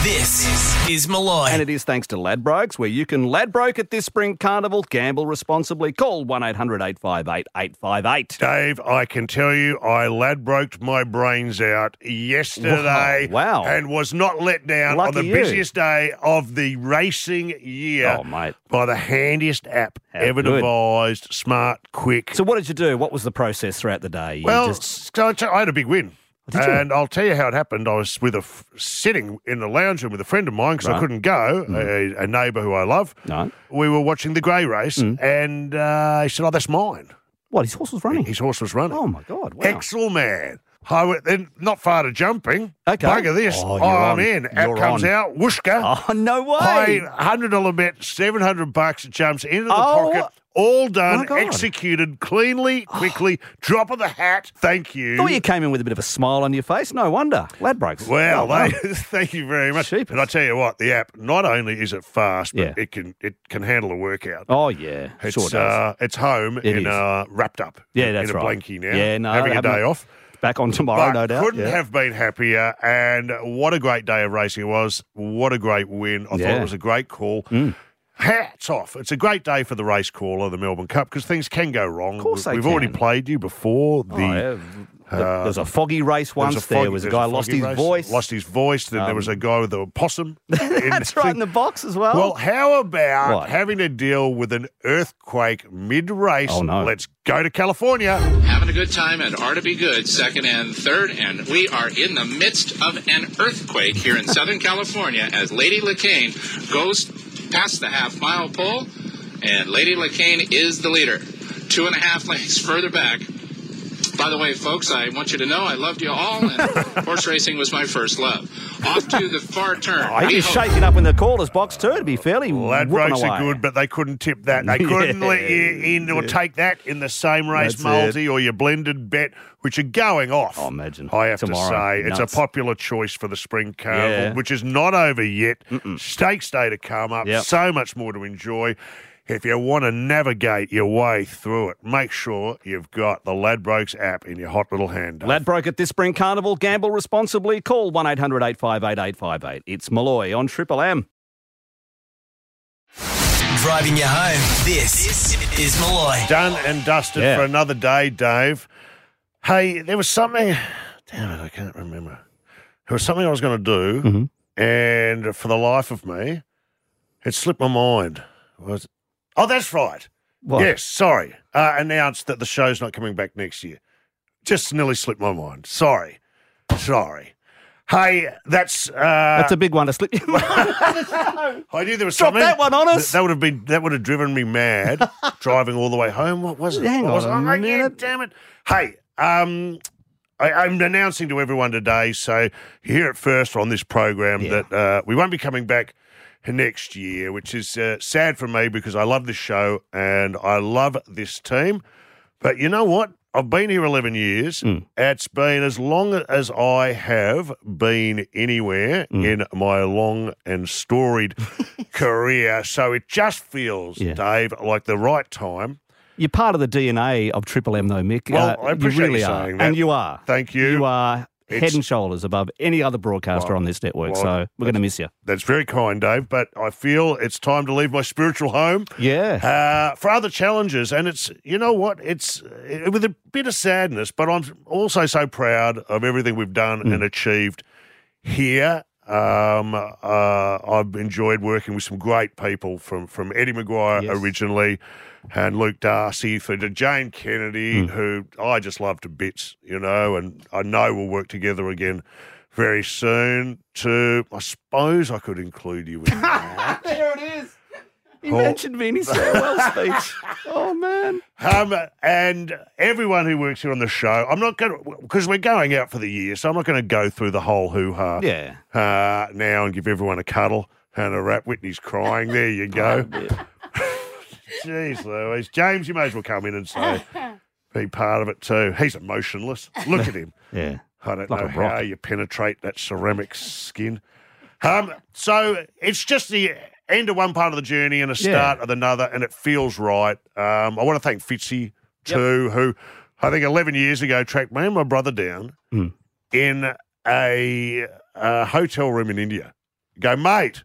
A: This is Malloy.
C: And it is thanks to Ladbrokes, where you can Ladbroke at this spring carnival. Gamble responsibly. Call 1 800 858 858.
B: Dave, I can tell you, I ladbroked my brains out yesterday.
C: Wow.
B: And was not let down
C: Lucky
B: on the
C: you.
B: busiest day of the racing year
C: Oh, mate.
B: by the handiest app
C: How
B: ever
C: good.
B: devised. Smart, quick.
C: So, what did you do? What was the process throughout the day? You
B: well,
C: just-
B: so I t- I had a big win.
C: Did you?
B: And I'll tell you how it happened. I was with a f- sitting in the lounge room with a friend of mine because
C: Right. Mm.
B: I couldn't go, a, a neighbour who I love.
C: no.
B: We were watching the grey race,
C: Mm.
B: and uh, he said, "Oh, that's mine."
C: What? His horse was running.
B: His horse was running.
C: Oh, my God. Wow.
B: Excel man. I went, then not far to jumping.
C: Okay.
B: Bugger this.
C: Oh, you're
B: I'm
C: on.
B: in. App
C: You're
B: comes
C: on.
B: out. Whooshka.
C: Oh, no way.
B: Paid $100 bet, 700 bucks. It jumps into the
C: Oh,
B: pocket. All done,
C: God. Oh.
B: executed cleanly, quickly. drop of the hat. Thank you.
C: Thought you came in with a bit of a smile on your face. No wonder. Ladbrokes.
B: Well,
C: Oh, wow.
B: they, [LAUGHS] thank you very much.
C: Sheepers.
B: And I tell you what, the app not only is it fast, but
C: Yeah.
B: it can it can handle a workout.
C: Oh, yeah.
B: It's
C: sure does.
B: uh, it's home
C: It is.
B: in uh, wrapped up.
C: yeah, that's
B: in a
C: right.
B: blankie now.
C: Yeah, no.
B: having a
C: haven't-
B: day off.
C: Back on tomorrow,
B: But
C: no doubt.
B: Couldn't
C: yeah.
B: have been happier. And what a great day of racing it was. What a great win. I thought
C: Yeah. Mm.
B: it was a great call. Hats off. It's a great day for the race caller, the Melbourne Cup, because things can go wrong. Of
C: course they
B: We've already
C: can.
B: played you before. The,
C: Oh, yeah. Th-
B: uh,
C: there was a foggy race once. There was,
B: foggy-
C: a
B: there
C: guy
B: foggy
C: lost his
B: race,
C: voice. Um.
B: Lost his voice. Then there was a guy with a possum. in
C: [LAUGHS] That's
B: the
C: right
B: thing.
C: in the box as well.
B: Well, how about
C: What?
B: having to deal with an earthquake mid race?
C: Oh, no.
B: Let's go to California.
J: Having a good time at R to Be Good, second and third, and we are in the midst of an earthquake here in Southern California as Lady LaCane goes past the half mile pole, and Lady LaCane is the leader. Two and a half [LAUGHS] lengths further back. By the way, folks, I want you to know I loved you all, and horse racing was my first love. Off to the far turn.
C: Oh, he
J: We
B: [LAUGHS]
C: was
J: hope-
C: shaking up in the caller's box too, to be fairly whooping
B: Ladbrokes
C: away.
B: are good, but they couldn't tip that. They
C: [LAUGHS] Yeah,
B: couldn't let you in or
C: yeah.
B: take that in the same race
C: That's
B: multi or your blended bet, which are going off.
C: Oh, imagine.
B: I have
C: Tomorrow.
B: to say,
C: Nuts.
B: it's a popular choice for the spring carnival,
C: Yeah.
B: which is not over yet. Stakes day to come up,
C: Yep.
B: so much more to enjoy. If you want to navigate your way through it, make sure you've got the Ladbrokes app in your hot little hand. Dave.
C: Ladbroke at this spring carnival. Gamble responsibly. Call 1 800 858 858. It's Malloy on Triple M.
A: Driving you home. This is Malloy.
B: Done and dusted
C: Yeah.
B: for another day, Dave. Hey, there was something. Damn it, I can't remember. There was something I was going to do,
C: Mm-hmm.
B: and for the life of me, it slipped my mind. Was oh, that's right.
C: What?
B: Yes, sorry. Uh, announced that the show's not coming back next year. Just nearly slipped my mind. Sorry, sorry. Hey, that's uh,
C: That's a big one to slip. [LAUGHS]
B: I knew there was
C: Drop
B: something.
C: that one on us.
B: That, that would have been that would have driven
C: [LAUGHS]
B: me mad driving all the way home. What was it?
C: Hang
B: What
C: on
B: was
C: a
B: it? Oh, yeah,
C: minute.
B: damn it. Hey, um, I, I'm announcing to everyone today, so you hear it first on this program that uh, we won't be coming back next year, which is uh, sad for me because I love this show and I love this team. But you know what? I've been here 11 years.
C: Hmm.
B: It's been as long as I have been anywhere
C: Hmm.
B: in my long
C: [LAUGHS]
B: and storied career. So it just feels,
C: Yeah.
B: Dave, like the right time.
C: You're part of the DNA of Triple M, though, Mick. Uh,
B: Well, I appreciate
C: you really
B: you
C: are.
B: saying
C: And
B: that.
C: you are.
B: Thank you.
C: You are head
B: It's-
C: and shoulders above any other broadcaster
B: Well,
C: on this network.
B: well,
C: so we're going to miss you.
B: That's very kind, Dave, but I feel it's time to leave my spiritual home
C: Yeah.
B: uh, for other challenges. And it's, you know what? It's uh, with a bit of sadness, but I'm also so proud of everything we've done and achieved here. Um, uh, I've enjoyed working with some great people from, from Eddie McGuire originally and Luke Darcy for to Jane Kennedy, who I just love to bits, you know, and I know we'll work together again very soon. To, I suppose I could include you in
C: there it is. He
B: Paul-
C: mentioned me in his farewell
B: [LAUGHS]
C: speech. Oh man.
B: Um, and everyone who works here on the show, I'm not going to, because we're going out for the year, so I'm not going to go through the whole hoo ha.
C: Yeah.
B: Uh, now and give everyone a cuddle and a wrap. Whitney's crying. There you go. [LAUGHS] Jeez Louise. James, you may as well come in and say, be part of it too. He's emotionless. Look at him.
C: Yeah.
B: I don't
C: Like a
B: know
C: rock.
B: how you penetrate that ceramic skin. Um, so it's just the end of one part of the journey and a
K: Yeah.
B: start of another, and it feels right. Um, I want to thank Fitzy too, who I think 11 years ago tracked me and my brother down
C: Mm.
B: in a, uh hotel room in India. Go, mate.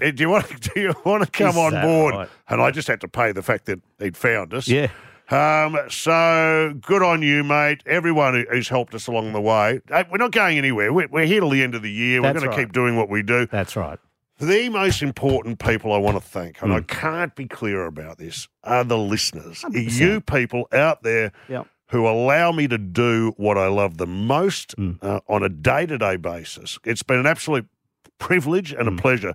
B: eh, Do you want to, [LAUGHS] do you want to come
C: Is
B: on
C: that
B: board?
C: right?
B: And I just had to pay the fact that he'd found us.
C: Yeah.
B: Um, so good on you, mate. Everyone who- who's helped us along the way. Eh, We're not going anywhere. We're, we're here till the end of the year.
C: That's
B: we're going
C: right.
B: to keep doing what we do.
C: That's right.
B: The most important people I want to thank,
K: Hmm.
B: and I can't be clearer about this, are the listeners. You people out there
C: Yep.
B: who allow me to do what I love the most
K: Hmm.
B: uh, on a day to day basis. It's been an absolute privilege and
K: Hmm.
B: a pleasure.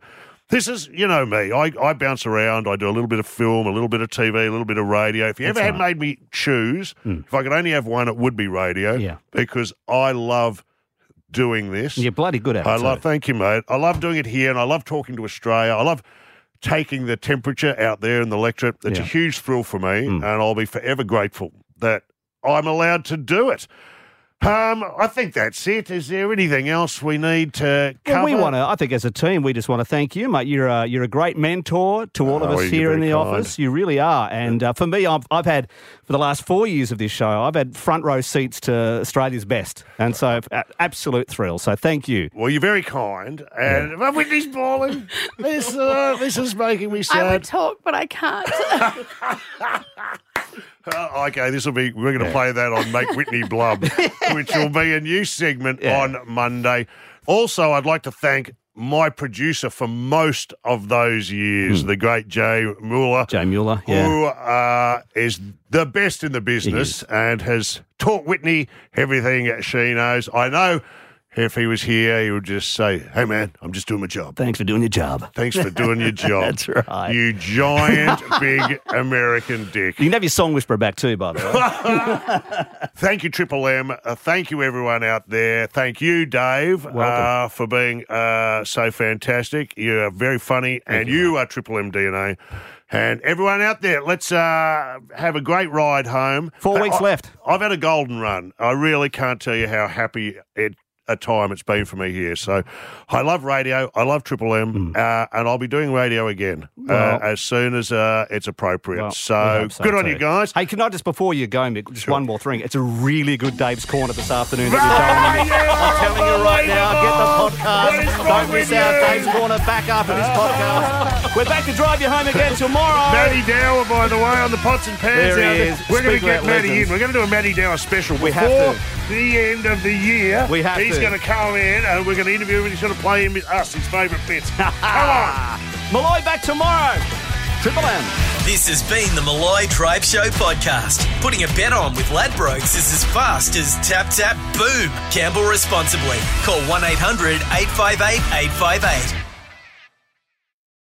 B: This is, you know me, I, I bounce around, I do a little bit of film, a little bit of TV, a little bit of radio. If you
K: That's Hmm.
B: ever had made me choose, if I could only have one, it would be radio
K: Yeah.
B: because I love doing this.
C: You're bloody good at it.
B: I
C: too.
B: love, thank you, mate. I love doing it here, and I love talking to Australia. I love taking the temperature out there in the lecture. It's a
K: Yeah.
B: huge thrill for me, and I'll be forever grateful that I'm allowed to do it. Um, I think that's it. Is there anything else we need to
C: Well,
B: cover?
C: we want to. I think as a team, we just want to thank you, mate. You're a, you're a great mentor to all of
B: Oh,
C: us
B: you're
C: here in the
B: very kind.
C: office. You really are. And uh, for me, I've I've had for the last four years of this show, I've had front row seats to Australia's best, and so a- absolute thrill. So thank you.
B: Well, you're very kind, and my Whitney's balling. this, uh, this is making me
L: I
B: sad.
L: would talk, but I can't.
B: Uh, okay, this will be. We're going to play that on Make Whitney
C: [LAUGHS]
B: Blub, which will be a new segment on Monday. Also, I'd like to thank my producer for most of those years, the great Jay Mueller.
C: Hmm. Jay Mueller, yeah.
B: who uh, is the best in the business and has taught Whitney everything she knows. I know. If he was here, he would just say, "Hey, man, I'm just doing my job."
C: Thanks for doing your job.
B: Thanks for
C: [LAUGHS]
B: doing your job.
C: That's right.
B: You
C: [LAUGHS]
B: giant, big American dick.
C: You can have your song whisperer back too, by the way.
B: Thank you, Triple M. Uh, thank you, everyone out there. Thank you, Dave, uh, for being uh, so fantastic. You are very funny, and you, are Triple M DNA. And everyone out there, let's uh, have a great ride home.
C: Four
B: Hey, [LAUGHS]
C: weeks
B: I-
C: left.
B: I've had a golden run. I really can't tell you how happy it, a time it's been for me here. So I love radio. I love Triple M, uh, and I'll be doing radio again uh,
C: Hmm. Well-
B: as soon as uh, it's appropriate.
C: Well, Oh, we
B: so,
C: hope so
B: good on
C: too.
B: you guys.
C: Hey, can I just before you go, Mick, just one more thing. It's a really good Dave's Corner this afternoon.
B: I'm
C: telling you right now, get the podcast. Don't miss out Dave's Corner back after this podcast. We're back to drive you home again tomorrow.
B: Matty Dower, by the way, on the pots and pans.
C: There he
B: out
C: is.
B: We're going to
C: Speaking
B: get
C: about
B: Matty
C: legends.
B: in. We're going to do a Matty Dower special
C: We
B: before
C: have to.
B: the end of the year.
C: We have
B: He's
C: to.
B: going to come in and we're going to interview him and he's going to play him us his favourite
C: [LAUGHS]
B: bits. come on.
C: Malloy back tomorrow. Triple M.
A: This has been the Malloy Drive Show podcast. Putting a bet on with Ladbrokes is as fast as tap, tap, boom. Gamble responsibly. Call 1 800 858 858.